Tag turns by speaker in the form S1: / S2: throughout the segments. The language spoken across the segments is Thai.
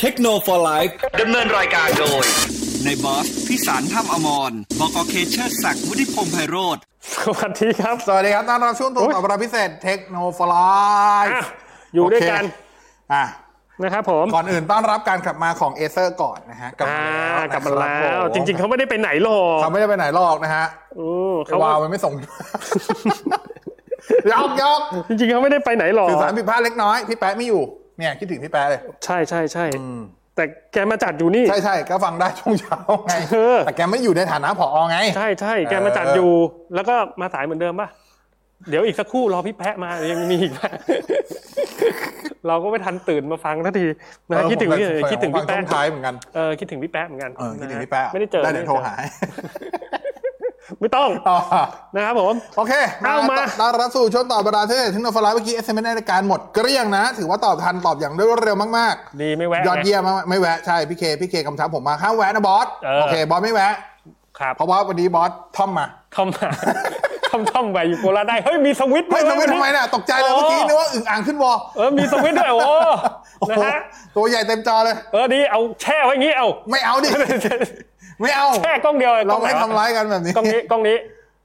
S1: เทคโนโลยีไลฟ์
S2: ดำเนินรายการโดย
S1: ในบอสพิสารถ้ำอมรบกเคเชอร์ศักดิ์วุฒิพงษ์ไพโรธ
S3: สวัสดีครับ
S4: สวัสดีครับต้อนรับช่วงตัว
S3: โอ้ย
S4: ตอบรับพิเศษเทคโนโลยี
S3: อ่ะอยู่ด้วยกัน
S4: อ่ะ
S3: นะครับผม
S4: ก่อนอื่นต้อนรับการกลับมาของเอเซอร์ก่อนนะฮะ
S3: อ่า กลับมา
S4: นะ
S3: แล้
S4: คบ
S3: ว
S4: ผม
S3: จริง ๆ เขาไม่ได้ไปไหนหรอก
S4: เขาไม่ได้ไปไหนหรอกนะฮะ
S3: เออ
S4: ไอ้
S3: เขา
S4: วาวมันไม่ส่ง ยอกยอก
S3: จริง ๆ เขาไม่ได้ไปไหนหรอก
S4: สื่อสารผิดพลาดเล็กน้อย พี่แป๊ะไม่อยู่เนี่ยคิดถึงพี่แป๊ะเลย
S3: ใช่ใช่ใช่ แต่แกมาจัดอยู่นี่
S4: ใช่ใช่ก็ฟังได้ช่วงเช้าไง
S3: เออ
S4: แต่แกไม่อยู่ในฐานะผอไง
S3: ใช่ใช่แกมาจัดอยู่ แล้วก็มาสายเหมือนเดิมป่ะ เดี๋ยวอีกสักครู่รอพี่แพะมา ยังมีอีกแพะ เราก็ไม่ทันตื่นมาฟังทันทีนะ
S4: เออ
S3: คิดถึงพี่
S4: ผมก็
S3: คิดถึงพี่
S4: ผมฟัง
S3: แพะ
S4: ช่วงท้ายเหมือนกัน
S3: เออคิดถึงพี่แพะเหมือนกัน
S4: เออคิดถึง
S3: นะ
S4: พี่แป๊ะ
S3: ไม่ได้เจอ
S4: ได้เดี๋ยวโทรหา
S3: ไม่ต้อง
S4: อ๋อ
S3: นะครับผม
S4: โอเค
S3: เอามา
S4: ต้อนรับสู่ช่วงตอบเวลาเทศเทคโนโลยีเมื่อกี้ SMS ในรายการหมดเกลี้ยงนะ ถือว่าตอบทันตอบอย่างรวดเร็วมาก
S3: ดีไม่แวะ
S4: ๆ ยอด
S3: นะ
S4: เยี่ยมมากไม่แวะ ใช่ พี่เค พี่เคกำชับผมมาห้ามแวะนะบอส
S3: เออ
S4: โอเค บอสไม่แวะ
S3: ครับ
S4: เพราะว่าวันนี้บอสท่อมมา
S3: ทำมา ทำทำไปอยู่โคราชได้ เฮ้ย มีสวิตช์ด้ว
S4: เฮ้
S3: ยย
S4: ทำไม
S3: เว้ย
S4: ทำไมน่ะ ตกใจเลยเมื่อกี้นึกว่าอึ่งอ่างขึ้นวอ
S3: เออ มีสวิตช์ด้วย โอ้
S4: โอ้โห
S3: นะฮะ
S4: ตัวใหญ่เต็มจอเลย
S3: เออ ดี เอาแช่ไว้อย่างงี้ เอา
S4: ไม่เอาดิ ไม่เอา
S3: แช่กล้องเดียว
S4: เราไม่
S3: กล้องหน
S4: ทำ
S3: วะ
S4: ร้ายกันแบบนี้
S3: กล้องนี้ กล้องนี้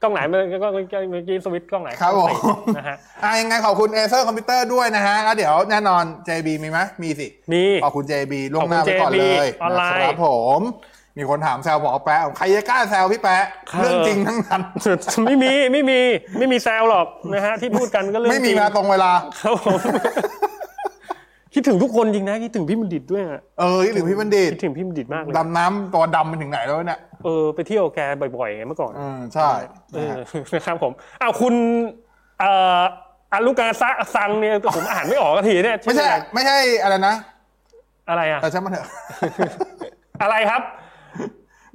S3: กล้องไหนเมื่อกี้กล้องเมื่อกี้สวิตช์กล้องไหน
S4: ครับผม
S3: นะฮะ
S4: อ่ะยังไงขอบคุณเอเซอร์คอมพิวเตอร์ด้วยนะฮะแล้วเดี๋ยวแน่นอน JB มีไหมมีสิ
S3: มี
S4: ขอบคุณ JB ล่วงหน้าไปก่อนเลย
S3: JB ออนไลน์
S4: นะครับผม มีคนถามแซวบอกแปะใครจะกล้าแซวพี่แปะ
S3: ครับ
S4: เรื่องจริงทั้งนั้น
S3: ไม่มี ไม่มี ไม่มีแซวหรอกนะฮะ ที่พูดกันก็เรื่อง
S4: ไม่
S3: จ
S4: มี
S3: ริง
S4: มาตรงเวลา
S3: ครับผม คิดถึงทุกคนจริงนะ คิดถึงพี่บัณฑิตด้วยอะ
S4: เออคิดถึงพี่บัณฑิต
S3: คิดถึงพี่บัณฑิตมากเลย
S4: ดำน้ำตัวดำมันถึงไหนแล้วเนี่ย
S3: เออ ไปเที่ยวแกบ่อยๆไงเมื่อก่อน
S4: เออใช่
S3: เออ
S4: นะฮะ
S3: นะครับผมอ้าวคุณเอ่ออารุกาซะซังเนี่ยผมอ่านไม่ออกสักทีเนี่ย
S4: ไม่ใช่
S3: อ
S4: ไม่ใช่อะไรนะ
S3: อะไรอะ
S4: แต่ช่างมันเถอะ
S3: อะไรครับ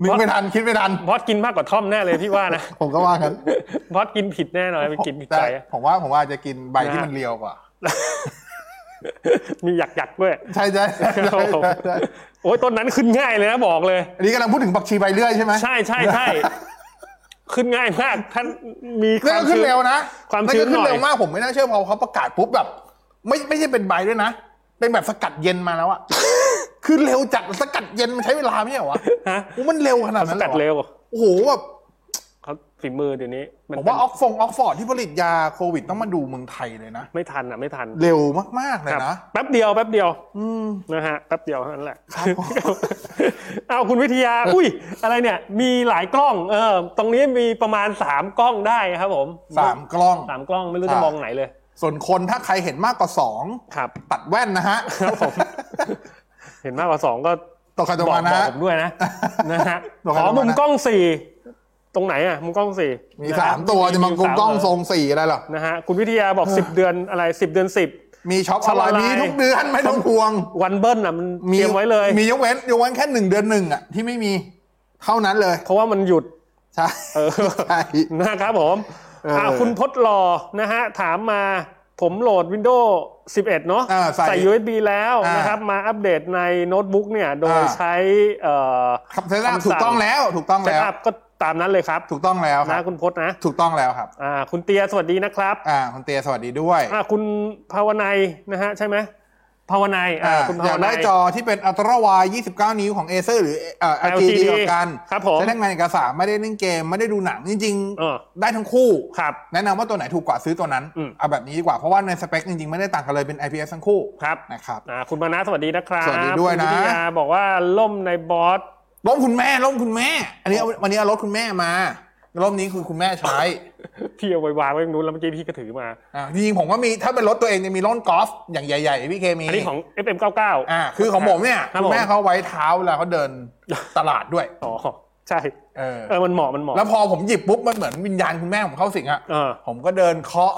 S4: นึกไม่ทันคิดไม่ทัน
S3: พอดกินมากกว่าท่อมแน่เลยพี่ว่านะ
S4: ผมก็ว่ากัน
S3: พอดกินผิดแน่นอนไปกินผิด
S4: แต่
S3: ใจ
S4: ผมว่าผมว่าจะกินใบที่
S3: นะฮะ
S4: มันเรียวกว่า
S3: มีหยักหยักๆด้วย
S4: ใช่ใช่ใช่
S3: ครับผม
S4: ใช่ใช่
S3: โอ้ยต้นนั้นขึ้นง่ายเลยนะบอกเลย
S4: อันนี้กำลังพูดถึงผักชีใบเลื่อยใช่ไหม
S3: ใช่ใช่ ใช่ขึ้นง่ายมากท่านมีค
S4: เรื่
S3: วา
S4: อ
S3: ม
S4: งขึ้
S3: ชื้
S4: น
S3: น
S4: เร็วนะ
S3: ความ
S4: แล้ว
S3: ชื้
S4: ก็
S3: น
S4: ขึ้
S3: หน่
S4: น
S3: อย
S4: เร็วมากผมไม่น่าเชื่อพอเขาประกาศปุ๊บแบบ ไม่ไม่ใช่เป็นใบด้วยนะ เป็นแบบสกัดเย็นมาแล้วอะ คือเร็วจัดสกัดเย็นมันใช้เวลาไม่ใช่เหรอวะ
S3: ฮะ
S4: โอ้มันเร็วขนาด
S3: ส
S4: นั้น
S3: กัด
S4: เลย
S3: เร็
S4: เหรอ
S3: ว
S4: โอ้โหแบบ
S3: เขาฝีมือเดี๋ยวนี้มัน
S4: ผมว่าออกฟงออกฟอร์ดที่ผลิตยาโควิดต้องมาดูเมืองไทยเลยนะ
S3: ไม่ทันอ่ะไม่ทัน
S4: เร็วมากๆเลย
S3: ครับ
S4: นะ
S3: แป๊บเดียวแป๊บเดียวนะฮะแป๊บเดียวเท่านั้นแหละ เอาคุณวิทยา อุ้ย อะไรเนี่ย มีหลายกล้อง เออ ตรงนี้มีประมาณ 3 กล้องได้ครับผม
S4: สามกล้อง
S3: สามกล้องไม่รู้จะ
S4: ใช่
S3: มองไหนเลย
S4: ส่วนคนถ้าใครเห็นมากกว่าสอง
S3: ครับ
S4: ตัดแว่นนะฮะ
S3: ครับผ ม เห็นมากกว่า 2 ก็
S4: ตกใครตก
S3: บอก
S4: มานะ
S3: บอกผม
S4: ฮะ
S3: ด้วยนะ นะฮะ
S4: บอก
S3: ข
S4: กัน
S3: อ
S4: ตรงนั้นนะ
S3: มุมกล้อง 4 ตรงไหนอ่ะ มุมกล้อง4
S4: มีสามตัวจะมากงกล้องทรงสี่อะไรเหรอ
S3: นะฮะคุณวิทยาบอก 10 เดือนอะไร 10 เดือน 10
S4: มีช็อปออนไลน์มีทุกเดือนไม่ต้องห่วง
S3: วันเบิ้ลอ่ะมันเตรียมไว้เลย
S4: มียกเว้นยกเว้นแค่หนึ่งเดือนหนึ่งอ่ะที่ไม่มีเท่านั้นเลย
S3: เพราะว่ามันหยุด
S4: ใช่
S3: เอ อ
S4: ใช่
S3: นะครับผม
S4: เอออ่
S3: ่าคุณพดรอนะฮะ ถามมาผมโหลด Windows 11 เนาะ
S4: อ่าใส่
S3: USB แล้ว
S4: อ่าน
S3: นะครับ มาอัปเดตในโน้ตบุ๊กเนี่ย โดย
S4: อ่า
S3: ใช้เอ่อ
S4: ครับเซตอัพถูกต้องแล้ว ถูกต้อง
S3: เซต
S4: แล้ว
S3: อัพก็ตามนั้นเลยครับ
S4: ถูกต้องแล้วค
S3: นะ
S4: รับ
S3: คุณพดนะ
S4: ถูกต้องแล้วครับ
S3: อ่าคุณเตียสวัสดีนะครับ
S4: อ่าคุณเตียสวัสดีด้วย
S3: อ่าคุณภาวนัยนะฮะ ใช่ไหมภาวนัยอ่า
S4: อ่า
S3: คุณภาวย
S4: อาก
S3: นั
S4: ได้
S3: ย
S4: จอที่เป็นอัลตร้าวาย29 นิ้วของเอเซอร์หรือเอ่อ LG
S3: LG
S4: ดีกว่ากัน
S3: ครับผม
S4: ใช้ทำงานเอกสารไม่ได้เล่นเกม ไม่ได้ดูหนังจริง
S3: เออ
S4: ได้ทั้งคู่
S3: ครับ
S4: แนะนำว่าตัวไหนถูกกว่าซื้อตัวนั้น
S3: อืม
S4: เอาแบบนี้ดีกว่าเพราะว่าในสเปคจริงๆ ไม่ได้ต่างกันเลยเป็น IPS ทั้งคู่
S3: ครับ
S4: นะครับ
S3: อ่าคุณมานะสวัสดีนะครับ
S4: สวัสดีด้วยนะ
S3: คุณวิทยาบอกว่าล่มในบอส
S4: ร่มคุณแม่ร่มคุณแม่ อันนี้เอาวันนี้เอารถคุณแม่มาร่มนี้คือคุณแม่ใช้
S3: พี่เอาไว้วางไว้ตรงนู้นแล้วเมื่อกี้พี่ก็ถือมา
S4: อ่าจริงๆผมก็มีถ้าเป็นรถตัวเองจะมีร่มกอล์ฟอย่างใหญ่ๆพี่เคมี
S3: อันนี้ของ FM99
S4: อ่าคือของผมเนี่ย
S3: ครับ
S4: คุ
S3: ผม
S4: ณแม่เขาไว้เท้าเวลาเขาเดินตลาดด้วย
S3: อ๋อ ใช่
S4: เออ
S3: เออ มันเหมาะ มันเหมาะ
S4: แล้วพอผมหยิบปุ๊บมันเหมือนวิญญาณคุณแม่ผมเข้าสิงอะ
S3: เออ
S4: ผมก็เดิน เคาะ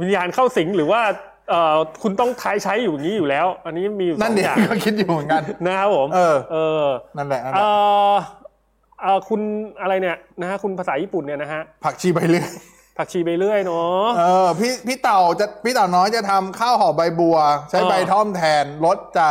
S3: วิญญาณเข้าสิงหรือว่าเออคุณต้องท้ายใช้อยู่อย่างนี้อยู่แล้ว อันนี้มีอยู่ส
S4: นั่น
S3: อง
S4: เด็ก
S3: อย่าง
S4: ก็คิดอยู่เหมือนกัน
S3: นะครับผม
S4: เออ
S3: เออ
S4: นั่นแหละนั่น
S3: เอ
S4: แหละ
S3: อเอ่อคุณอะไรเนี่ยนะฮะ คุณภาษาญี่ปุ่นเนี่ยนะฮะ
S4: ผักชีใบเลื่อย
S3: ผักชีไปเรื่อยเนาะ
S4: เออพี่พี่เต่าจะพี่เต่าน้อยจะทำข้าวห่อใบบัว ใช้
S3: เออ
S4: ใบท่อมแทนรสจะ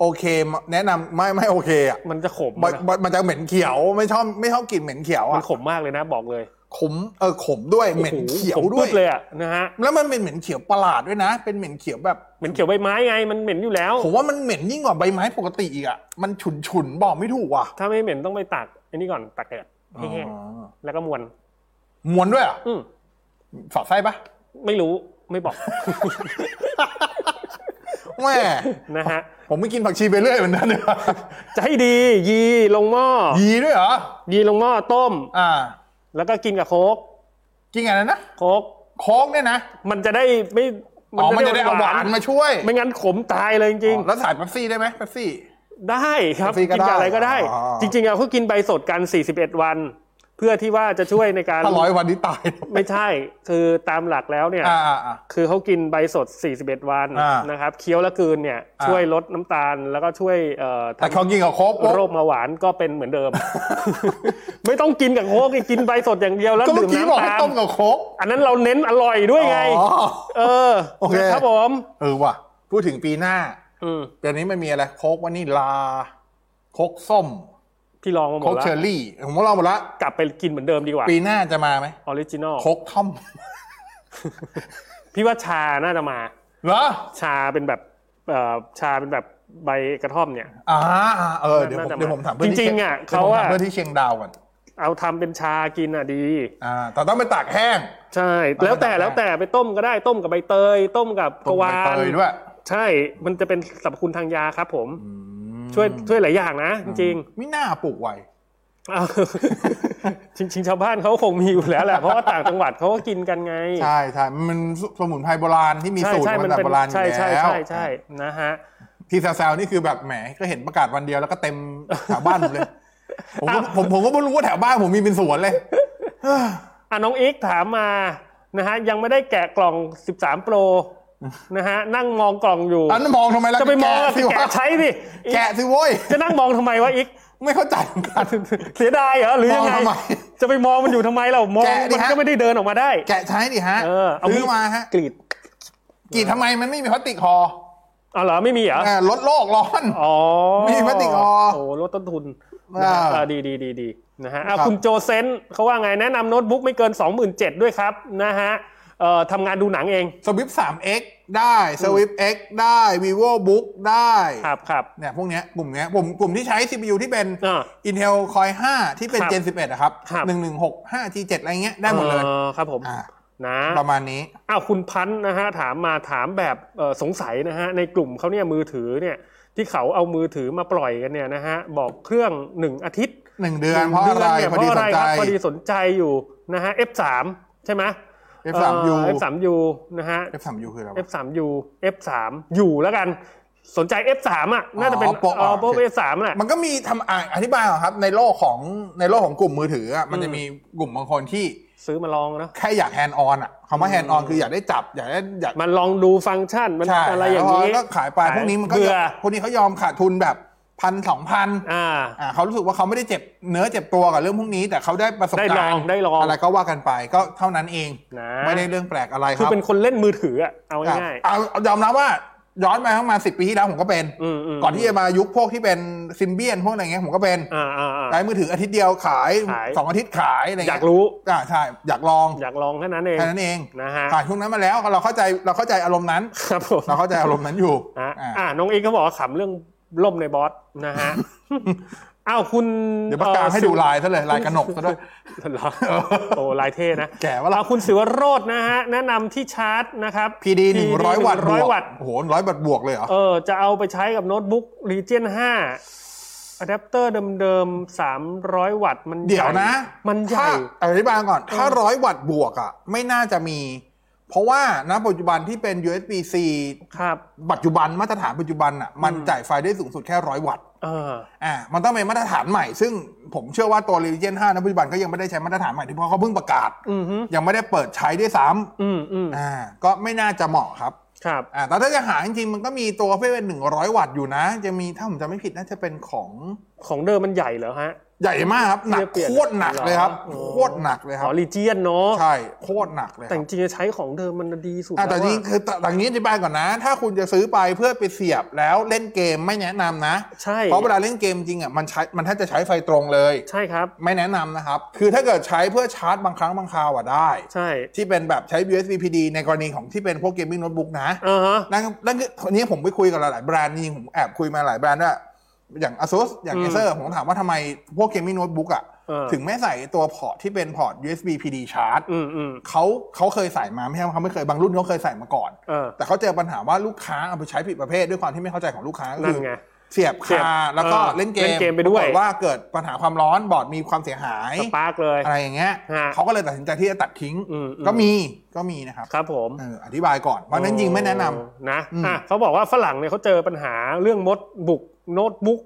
S4: โอเคไหมแนะนำไม่ไม่โอเคอะ
S3: มันจะขม
S4: บ
S3: นะ
S4: บมันจะเหม็นเขียวไม่ชอบไม่ชอบกลิ่นเหม็นเขียว
S3: มั
S4: อ่ะ
S3: นขมมากเลยนะ บอกเลย
S4: ขมเออขมด้วยเหม็นเขียว
S3: โอ้โหผม
S4: ด้ว
S3: ปึ๊
S4: ย
S3: เลยอะนะฮะ
S4: แล้วมันเป็นเหม็นเขียวประหลาดด้วยนะ เป็นเหม็นเขียวแบบ
S3: เหม็นเขียวใบไม้ไงมันเหม็นอยู่แล้ว
S4: ผมว่ามันเหม็นยิ่งกว่าใบไม้ปกติอีกอ่ะมันฉุนฉุนๆบอกไม่ถูกว่ะ
S3: ถ้าไม่เหม็นต้องไปตักไอันนี้ก่อนตักเกิดให้แห้ง
S4: อ๋อ
S3: แล้วก็มวน
S4: มวนด้วยเหรอ่ะ
S3: อืม
S4: สอดไส้ปะ
S3: ไม่รู้ไม่ บอก
S4: แม่
S3: นะฮะ
S4: ผมไม่กินผักชีไปเรื่อยเหมือนกัน เลยว่ะ
S3: จะให้ดียีลงหม้อ
S4: ยีด้วยเหรอ
S3: ยีลงหม้อต้ม
S4: อ่า
S3: แล้วก็กินกับโค้ก
S4: กินอะไรนะ
S3: โค้ก
S4: โค้งเนี่ยนะ
S3: มันจะได้ไม่
S4: อ๋อมันจะได้เอาหวานมาช่วย
S3: ไม่งั้นขมตายเลยจริง
S4: อ๋อแล้วสายเป๊ปซี่ได้ไหมเป๊ปซี่
S3: ๆได้ครับ
S4: ฟรี
S3: กิน
S4: ก็
S3: กับอะไรก็ได้
S4: ได้อ๋อ
S3: จริงๆเราก็กินใบสดกัน 41 วัน เพื่อที่ว่าจะช่วยในการ
S4: ถ้าร้อยวันนี้ตาย
S3: ไม่ใช่คือตามหลักแล้วเนี่ย
S4: อ่าอ่าอ่า
S3: คือเขากินใบสด 41 วัน
S4: อ่า
S3: นะครับ เคี้ยวและกลืนเนี่ย
S4: อ่า
S3: ช่วยลดน้ำตาลแล้วก็ช่วยเอ่อ
S4: แต่
S3: ทำ
S4: เขากินกับโค้กปุ๊บ
S3: โรคเบาหวานก็เป็นเหมือนเดิ ม ไม่ต้องกินกับโค้กกินใบสดอย่างเดียวแล้ว
S4: ก็เมื่
S3: ดื่
S4: อ
S3: ม
S4: กี้บอก
S3: น้ำ
S4: ให้
S3: ตาล
S4: ต้มกับโค้ก
S3: อันนั้นเราเน้นอร่อยด้วยไง
S4: อ๋อ
S3: เออ
S4: โอเค
S3: นะครับผม
S4: เออว่ะ พูดถึงปีหน้า
S3: อืม
S4: ปีนี้มันมีอะไร โค้กวานิลลา โค้กส้ม
S3: พี่ลองมาหม
S4: โค้
S3: ด
S4: ก
S3: แล้
S4: เชอ
S3: ว
S4: ร์รี่ ผมก็ลองหมดละ
S3: กลับไปกินเหมือนเดิมดีกว่า
S4: ปีหน้าจะมาไหม
S3: ออริจินอล
S4: โค้กท่อม
S3: พี่ว่าชาน่าจะมา
S4: เหรอ
S3: ชาเป็นแบบเอ่อชาเป็นแบบใบกระท่อมเนี่ย
S4: อ่าอ่าเออ เดี๋ยวผ
S3: น่าม จะมา
S4: เดี๋ยวผมถามเพื่อนที่
S3: จริงๆอะ
S4: ดี๋ยวผม
S3: เขาอะ
S4: ถมเพื่อนที่เชียงดาวก่อน
S3: เอาทำเป็นชากินอ่ะดี
S4: อ่า แต่ต้องไปตากแห้ง
S3: ใช่ แล้วแต่
S4: แล้
S3: แล้ว ว
S4: แต่
S3: แต่ไปต้มก็ได้ต้มกับใบเตย ต้มกับก
S4: ต้ม
S3: วา
S4: ใบ
S3: น
S4: เตยด้วย
S3: ใช่ มันจะเป็นสรรพคุณทางยาครับผม ช่วยช่วยหลายอย่างนะ จริง
S4: ไม่น่าปลูกไว
S3: ๆเอา จริง ๆ ชาวบ้านเขาคงมีอยู่แล้วแหละเพราะว่าต่างจังหวัดเขาก็กินกันไง
S4: ใช่ใช่มันสมุนไพรโบราณที่มี
S3: ใช่
S4: สูตร
S3: ใช่
S4: มาจาก
S3: เป็น
S4: โบราณอ
S3: ใช่
S4: ยู่
S3: ใช่
S4: แล้ว
S3: ใช่ใช่นะฮะ
S4: ที่แซวๆนี่คือแบบแหมก็เห็นประกาศวันเดียวแล้วก็เต็ม แถวบ้านผมเลย ผมก็ผมผมก็ไม่รู้ว่าแถวบ้านผมมีเป็นสวนเลย
S3: อ่ะน้องเอ็กถามมานะฮะยังไม่ได้แกะกล่อง 13 Pro นะฮะนั่งมองกล่องอยู่
S4: อันนั้นมองทำไมล่ะ
S3: จะไปมองอะ
S4: แกะสิวะ
S3: แกะใช้สิ
S4: แกะสิโว้ย
S3: จะนั่งมองทำไมวะอีก
S4: ไม่เข้าใจเหมือนกัน
S3: เสียดายเหรอหรือยัง
S4: มองทำไม
S3: ไง จะไปมองมันอยู่ทำไมเรามอง
S4: แกะดิ
S3: มัน
S4: ฮะ
S3: ก็ไม่ได้เดินออกมาได้
S4: แกะใช้ดิฮะ
S3: เออเอา
S4: ซื้อ
S3: มีด
S4: มาฮะ
S3: กรีด
S4: กรีดทำไมมันไม่มีพลาสติกคอ
S3: เอาเหรอไม่มีเหรอ
S4: อ่าลดโลกร้อน
S3: อ๋อ
S4: มีพลาสติกอ๋อ
S3: โอ้ลดต้นทุน
S4: อ่า
S3: นะฮะเออดีดีดีดีนะฮะอ่ะ
S4: ครับ
S3: คุณโจเซนเขาว่าไงแนะนำโน้ตบุ๊กไม่เกิน 27,000ด้วยครับนะฮะเอ่อทำงานดูหนังเอง
S4: สวิฟ 3x ได้ สวิฟ x ได้ vivo book ได้
S3: ครับครับ
S4: เนี่ยพวกเนี้ยกลุ่มเนี้ยกลุ่มกลุ่มที่ใช้ CPU ที่เป็น
S3: อ่า
S4: Intel Core i 5 ที่เป็น
S3: ครับ
S4: Gen 11อะครับ
S3: ครับ
S4: 1165 G7 อะไรเงี้ยได้หมดเลย
S3: ออครับผม
S4: อ่า
S3: นะ
S4: ประมาณนี้
S3: อ้าวคุณพันธ์นะฮะถามมาถามแบบเอ่อสงสัยนะฮะในกลุ่มเขาเนี่ยมือถือเนี่ยที่เขาเอามือถือมาปล่อยกันเนี่ยนะฮะบอกเครื่องหนึ่งอาทิตย์
S4: 1 เดือนเพราะอะไร
S3: ดืน
S4: พอดีสนใจ
S3: เพราะอะไรครับพอดีสนใจอยู่นะฮะ F3 ใช่ไหม
S4: F3U
S3: เอ่อ F3U นะฮะ
S4: F3U คืออะไรวะ
S3: F3U F3U แล้วกัน สนใจ F3 อ่ะน่าจะเป็น
S4: อ๋อโปร
S3: เอ่อโปร
S4: โอเค
S3: F3 แหละ
S4: มันก็มีทำอ่ะอธิบายเหรอครับ ในโลกของในโลกของกลุ่มมือถืออ่ะมันจะ
S3: อืม
S4: มีกลุ่มบางคนที่
S3: ซื้อมาลองนะ
S4: แค่อยากแฮนด์ออนอ่ะคำว่าแฮนด์ออนคืออยากได้จับ อยากได้อยาก
S3: มันลองดูฟังก์ชันมัน
S4: ใช่
S3: อะไรอย่าง
S4: นี้
S3: นี้
S4: ก็ขายไปพวกนี้มันก็
S3: เบื่อ
S4: พวกนี้เขายอมขาดทุนแบบพันสองพัน
S3: อ่า
S4: อ่าเขารู้สึกว่าเขาไม่ได้เจ็บเนื้อเจ็บตัวกับเรื่องพวกนี้ แต่เขาได้ประสบ
S3: ได้ล
S4: การ
S3: อง
S4: ณ์
S3: ได้ลอง
S4: อะไรก็ว่ากันไปก็เท่านั้นเอง
S3: นะ
S4: ไม่ได้เรื่องแปลกอะไรค
S3: คือ
S4: รับ
S3: เป็นคนเล่นมือถืออ่ะเอา
S4: ครับ
S3: ง่าย
S4: เอาเอายอมรับว่าย้อนไปประมาณสิปีที่แล้วผมก็เป็น
S3: ๆมๆ
S4: ก่อนที่จะมายุคพวกที่เป็นซิมเบียนพวกอะไรเงี้ยผมก็เป็น
S3: อ่าอ่าอ่า
S4: ใช้มือถืออาทิตย์เดียวขาย
S3: ขาย
S4: สองอาทิตย์ขายอะไรเงี้ย
S3: อยากรู้
S4: อ่าใช่อยากลอง
S3: อยากลองแค่นั้นเอง
S4: แค่นั้นเอง
S3: นะฮะ
S4: ผ่านช่วงนั้นมาแล้วเราเข้าใจเราเข้าใจอารมณ์นั้น
S3: ครับผม
S4: เราเข้าใจอารมณ์นั้นอยู่
S3: อ่ะ
S4: อ่า
S3: อ่าน้องเองก็บอกว่าขำเรื่องล่มในบอสนะ ฮะ อ้าวคุณ
S4: เดี๋ยวประกาศให้ดูลายซะเลยลายกระหนกซะด้วย
S3: เอ่อเหรอโอ้ลายเท่นะ
S4: แก่ว่าเรา
S3: เอาคุณสิวโรจน์นะฮะแนะนำที่ชาร์จนะครับ
S4: พีดีหนึ่งร้อย
S3: PD
S4: วัตต์บวก
S3: 100วัตต์
S4: โอ้โหร้อยวัตต์บวกเลยเหรอ
S3: เออจะเอาไปใช้กับโน้ตบุ๊ก Legion 5อะแดปเตอร์เดิมๆ300 วัตต์มันใหญ่
S4: เดี๋ยวนะ
S3: มันใหญ่
S4: ถ้าอธิบายก่อนถ้าร้อยวัตต์บวกอ่ะไม่น่าจะมี เพราะว่าณปัจจุบันที่เป็น USB C
S3: ครับ
S4: ปัจจุบันมาตรฐานปัจจุบันอ่ะมันจ่ายไฟได้สูงสุดแค่ร้อยวัตต์
S3: เออ
S4: อ่ามันต้องเป็นมาตรฐานใหม่ ซึ่งผมเชื่อว่าตัว r e l i g i o n 5ณปัจจุบันก็ยังไม่ได้ใช้มาตรฐานใหม่ที่เพราะเขาเพิ่งประกาศ
S3: อืมฮึ
S4: ยังไม่ได้เปิดใช้ด้วยซ้
S3: อืมอืม
S4: ำอ่าก็ไม่น่าจะเหมาะครับ
S3: ครับ
S4: อ่าแต่ถ้าจะหาจริงๆ มันก็มีตัวที่เป็น 100 วัตต์อยู่นะ จะมีถ้าผมจำไม่ผิดน่าจะเป็นของ
S3: ของเดิมมันใหญ่เหรอฮะ
S4: ใหญ่มากครับหนัก
S3: เปลี่ยน
S4: โคตรหนักเลยครับ
S3: เหรอ
S4: โคตรหนักเลยค
S3: อ๋
S4: รั
S3: อ
S4: บ
S3: ลีเจียนเนาะ
S4: ใช่โคตรหนักเลยค
S3: แต่
S4: รั
S3: จ
S4: บ
S3: ริงๆจะใช้ของเดิมมันดีสุด
S4: อ่ะ
S3: แล้ว
S4: แต่จริง
S3: อะ
S4: คือแต่แต่อย่างนี้อธิบายก่อนนะ ถ้าคุณจะซื้อไปเพื่อไปเสียบแล้วเล่นเกมไม่แนะนำนะ
S3: ใช่
S4: เพราะเวลาเล่นเกมจริงอ่ะมันใช้มันแทบจะใช้ไฟตรงเลย
S3: ใช่ครับ
S4: ไม่แนะนำนะครับ คือถ้าเกิดใช้เพื่อชาร์จบางครั้งบางคราวอ่ะได้
S3: ใช่
S4: ที่เป็นแบบใช้ USB PD ในกรณีของที่เป็นพวกเกมมิ่งโน้ตบุ๊กนะ
S3: อ่าฮะ
S4: นั่นนั่นคือทีนี้ผมไปคุยกับหลายๆแบรนด์จริงๆผมแอบคุยมาหลายแบรนด์ว่าอย่าง ASUS อย่าง
S3: อืม
S4: Acer ผมถามว่าทำไมพวกเกมมิ่งโน้ตบุ๊กอ่ะ
S3: เออ
S4: ถึงไม่ใส่ตัวพอร์ตที่เป็นพอร์ต USB PD ชาร์จ
S3: อืมอืม
S4: เขาเขาเคยใส่มาไม่ใช่ว่าเขาไม่เคยบางรุ่นเขาเคยใส่มาก่อน
S3: เออ
S4: แต่เขาเจอปัญหาว่าลูกค้าเอาไปใช้ผิดประเภทด้วยความที่ไม่เข้าใจของลูกค้าก็
S3: นั่น
S4: คือ
S3: ไง
S4: เสียบ
S3: เสียบ
S4: คาแล้วก็
S3: เออ
S4: เล่นเก
S3: เล่
S4: ม
S3: นเกมไปด้วย
S4: ปรากฏว่าเกิดปัญหาความร้อนบอร์ดมีความเสียหาย
S3: สปาร์กเลย
S4: อะไรอย่างเงี้ย
S3: ฮะ
S4: เขาก็เลยตัดสินใจที่จะตัดทิ้ง
S3: อืมอืม
S4: ก็มีก็มีนะครับ
S3: ครับผม
S4: เอออธิบายก่อนเพราะฉะนั้นจริงไม่แนะนำ
S3: นะ
S4: อืม
S3: อ่ะเขาบอกว่าฝรั่งเนี่ยเขาเจอปัญหาเรื่องมดบุกโน้ตบุ๊ก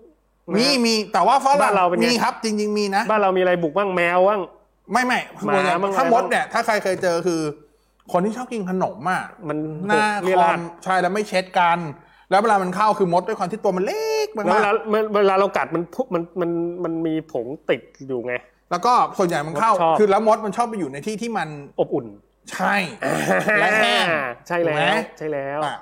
S3: นะ
S4: มีมีแต่ว่าฝรั่
S3: บ้าง นเราเป็นไง
S4: มีครับ จริง ๆ มีนะ
S3: บ้านเรามีอะไรบุกบ้างแมวบ้าง
S4: ไม่ไม่
S3: หมา
S4: ส่วนใหญ่
S3: บ้างอะไร
S4: ถ้ามด
S3: บ้าง
S4: เนี่ยถ้าใครเคยเจอคือ คนที่ชอบกินขนมอ่ะ
S3: มัน
S4: หน้า
S3: เรีย
S4: คอ
S3: ราม ด
S4: ใช่แล้วไม่เช็ดกัน แล้วเวลามันเข้าคือมดด้วยความที่ตัวมันเล็กมา
S3: แล้วเวลาก เมื่อเวลาเรากัดมันพุมันมันมันมีผงติดอยู่ไง
S4: ๆแล้วก็ส่วนใหญ่มันเข้า
S3: ชอบ
S4: คือแล้วมดมันชอบไปอยู่ในที่ที่มัน
S3: อบอุ่น
S4: ใช่และแห้ง
S3: ใช่แล้
S4: ถู
S3: ว
S4: กไหม
S3: ใช่แล้ว
S4: อ่ะ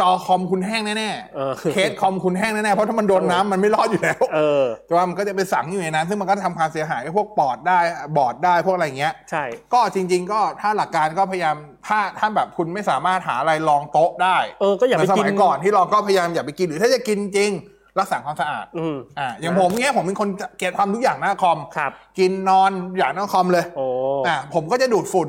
S4: จอคอมคุณแห้งแน่
S3: เออ
S4: เคสคอมคุณแห้งแน่ๆเพราะถ้ามันโดนน้ำมันไม่รอดอยู่แล้ว
S3: เออ
S4: แต่ว่ามันก็จะไปสังอยู่ในนั้นซึ่งมันก็ทำความเสียหายพวกปอดได้บอดได้พวกอะไรอย่างเงี้ย
S3: ใช่
S4: ก็จริง ๆ ก็ถ้าหลักการก็พยายามถ้าถ้าแบบคุณไม่สามารถหาอะไรรองโต๊ะได้
S3: เออก็อย่า
S4: เห
S3: ไป
S4: มือนส
S3: กิน
S4: มัยก่อนที่เราก็พยายามอย่าไปกินหรือถ้าจะกินจริง รักษาความสะอาด
S3: อืม
S4: อ่าอย่างผมเนี้ยผมเป็นคนเกลียดทำทุกอย่างหน้าคอม
S3: ครับ
S4: กินนอนอย่างหน้าคอมเลย
S3: โอ้
S4: อ่าผมก็จะดูดฝุ่น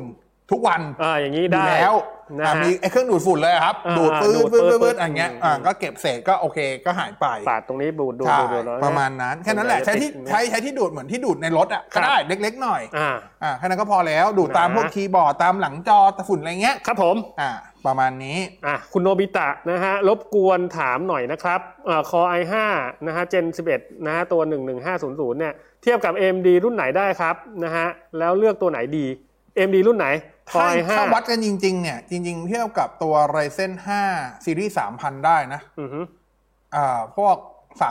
S4: ทุกวัน
S3: อ่าอย่างนี้
S4: อยู่
S3: ได้
S4: แล้ว
S3: นะ
S4: อ่า
S3: ฮะ
S4: มีไอ้เครื่องดูดฝุ่นเลยครับ
S3: อ่า
S4: ดูดปื้
S3: ดูด
S4: ด
S3: ปื๊ด
S4: ปื้ด
S3: ปื๊
S4: ปื้
S3: ด
S4: ดอย่างเงี้ย
S3: อืม
S4: อ่าก็เก็บเศษก็โอเคก็หายไป
S3: ปาดตรงนี้บูดดูด
S4: ใช่
S3: ดูดดูดแล้ว
S4: ประมาณนั้นแค่นั้นแหละ
S3: เดี๋
S4: ใช้
S3: ยว
S4: ที่
S3: ติด
S4: ใช้ใช้ที่ดูดเหมือนที่ดูดในรถอ่ะ
S3: ครั
S4: ก็
S3: บ
S4: ได้เล็กๆหน่อย
S3: อ่า
S4: อ่าแค่นั้นก็พอแล้วดูดตาม
S3: นะ
S4: พวกคีย์บอร์ดตามหลังจอตะฝุ่นอะไรเงี้ย
S3: ครับผม
S4: อ่าประมาณนี้
S3: อ่ะคุณโนบิตะนะฮะรบกวนถามหน่อยนะครับอ่าคอ i5 นะฮะ Gen 11 นะฮะ ตัว 11500 เนี่ย เทียบกับ AMD รุ่นไหนได้ครับนะฮะ แล้วเลือกตัวไหนดี AMD รุ่นไหนคอ
S4: ถ้า
S3: i5
S4: ถ้าวัดกันจริงๆเนี่ยจริง ๆ เทียบกับตัว Ryzen 5 Series 3000 ได้นะ
S3: อือฮึ
S4: อ่าพวก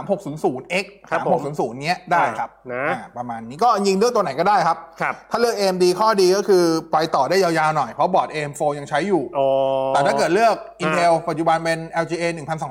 S4: 3600X
S3: ครับผม
S4: 3600เนี้ยได้ครับ
S3: นะ
S4: อ่าประมาณนี้ก็ยิงเลือกตัวไหนก็ได้ครับ
S3: ครับ
S4: ถ้าเลือก AMD ข้อดีก็คือไปต่อได้ยาวๆหน่อยเพราะบอร์ด AM4 ยังใช้อยู่
S3: อ๋อ
S4: แต่ถ้าเกิดเลือก Intel ปัจจุบันเป็น LGA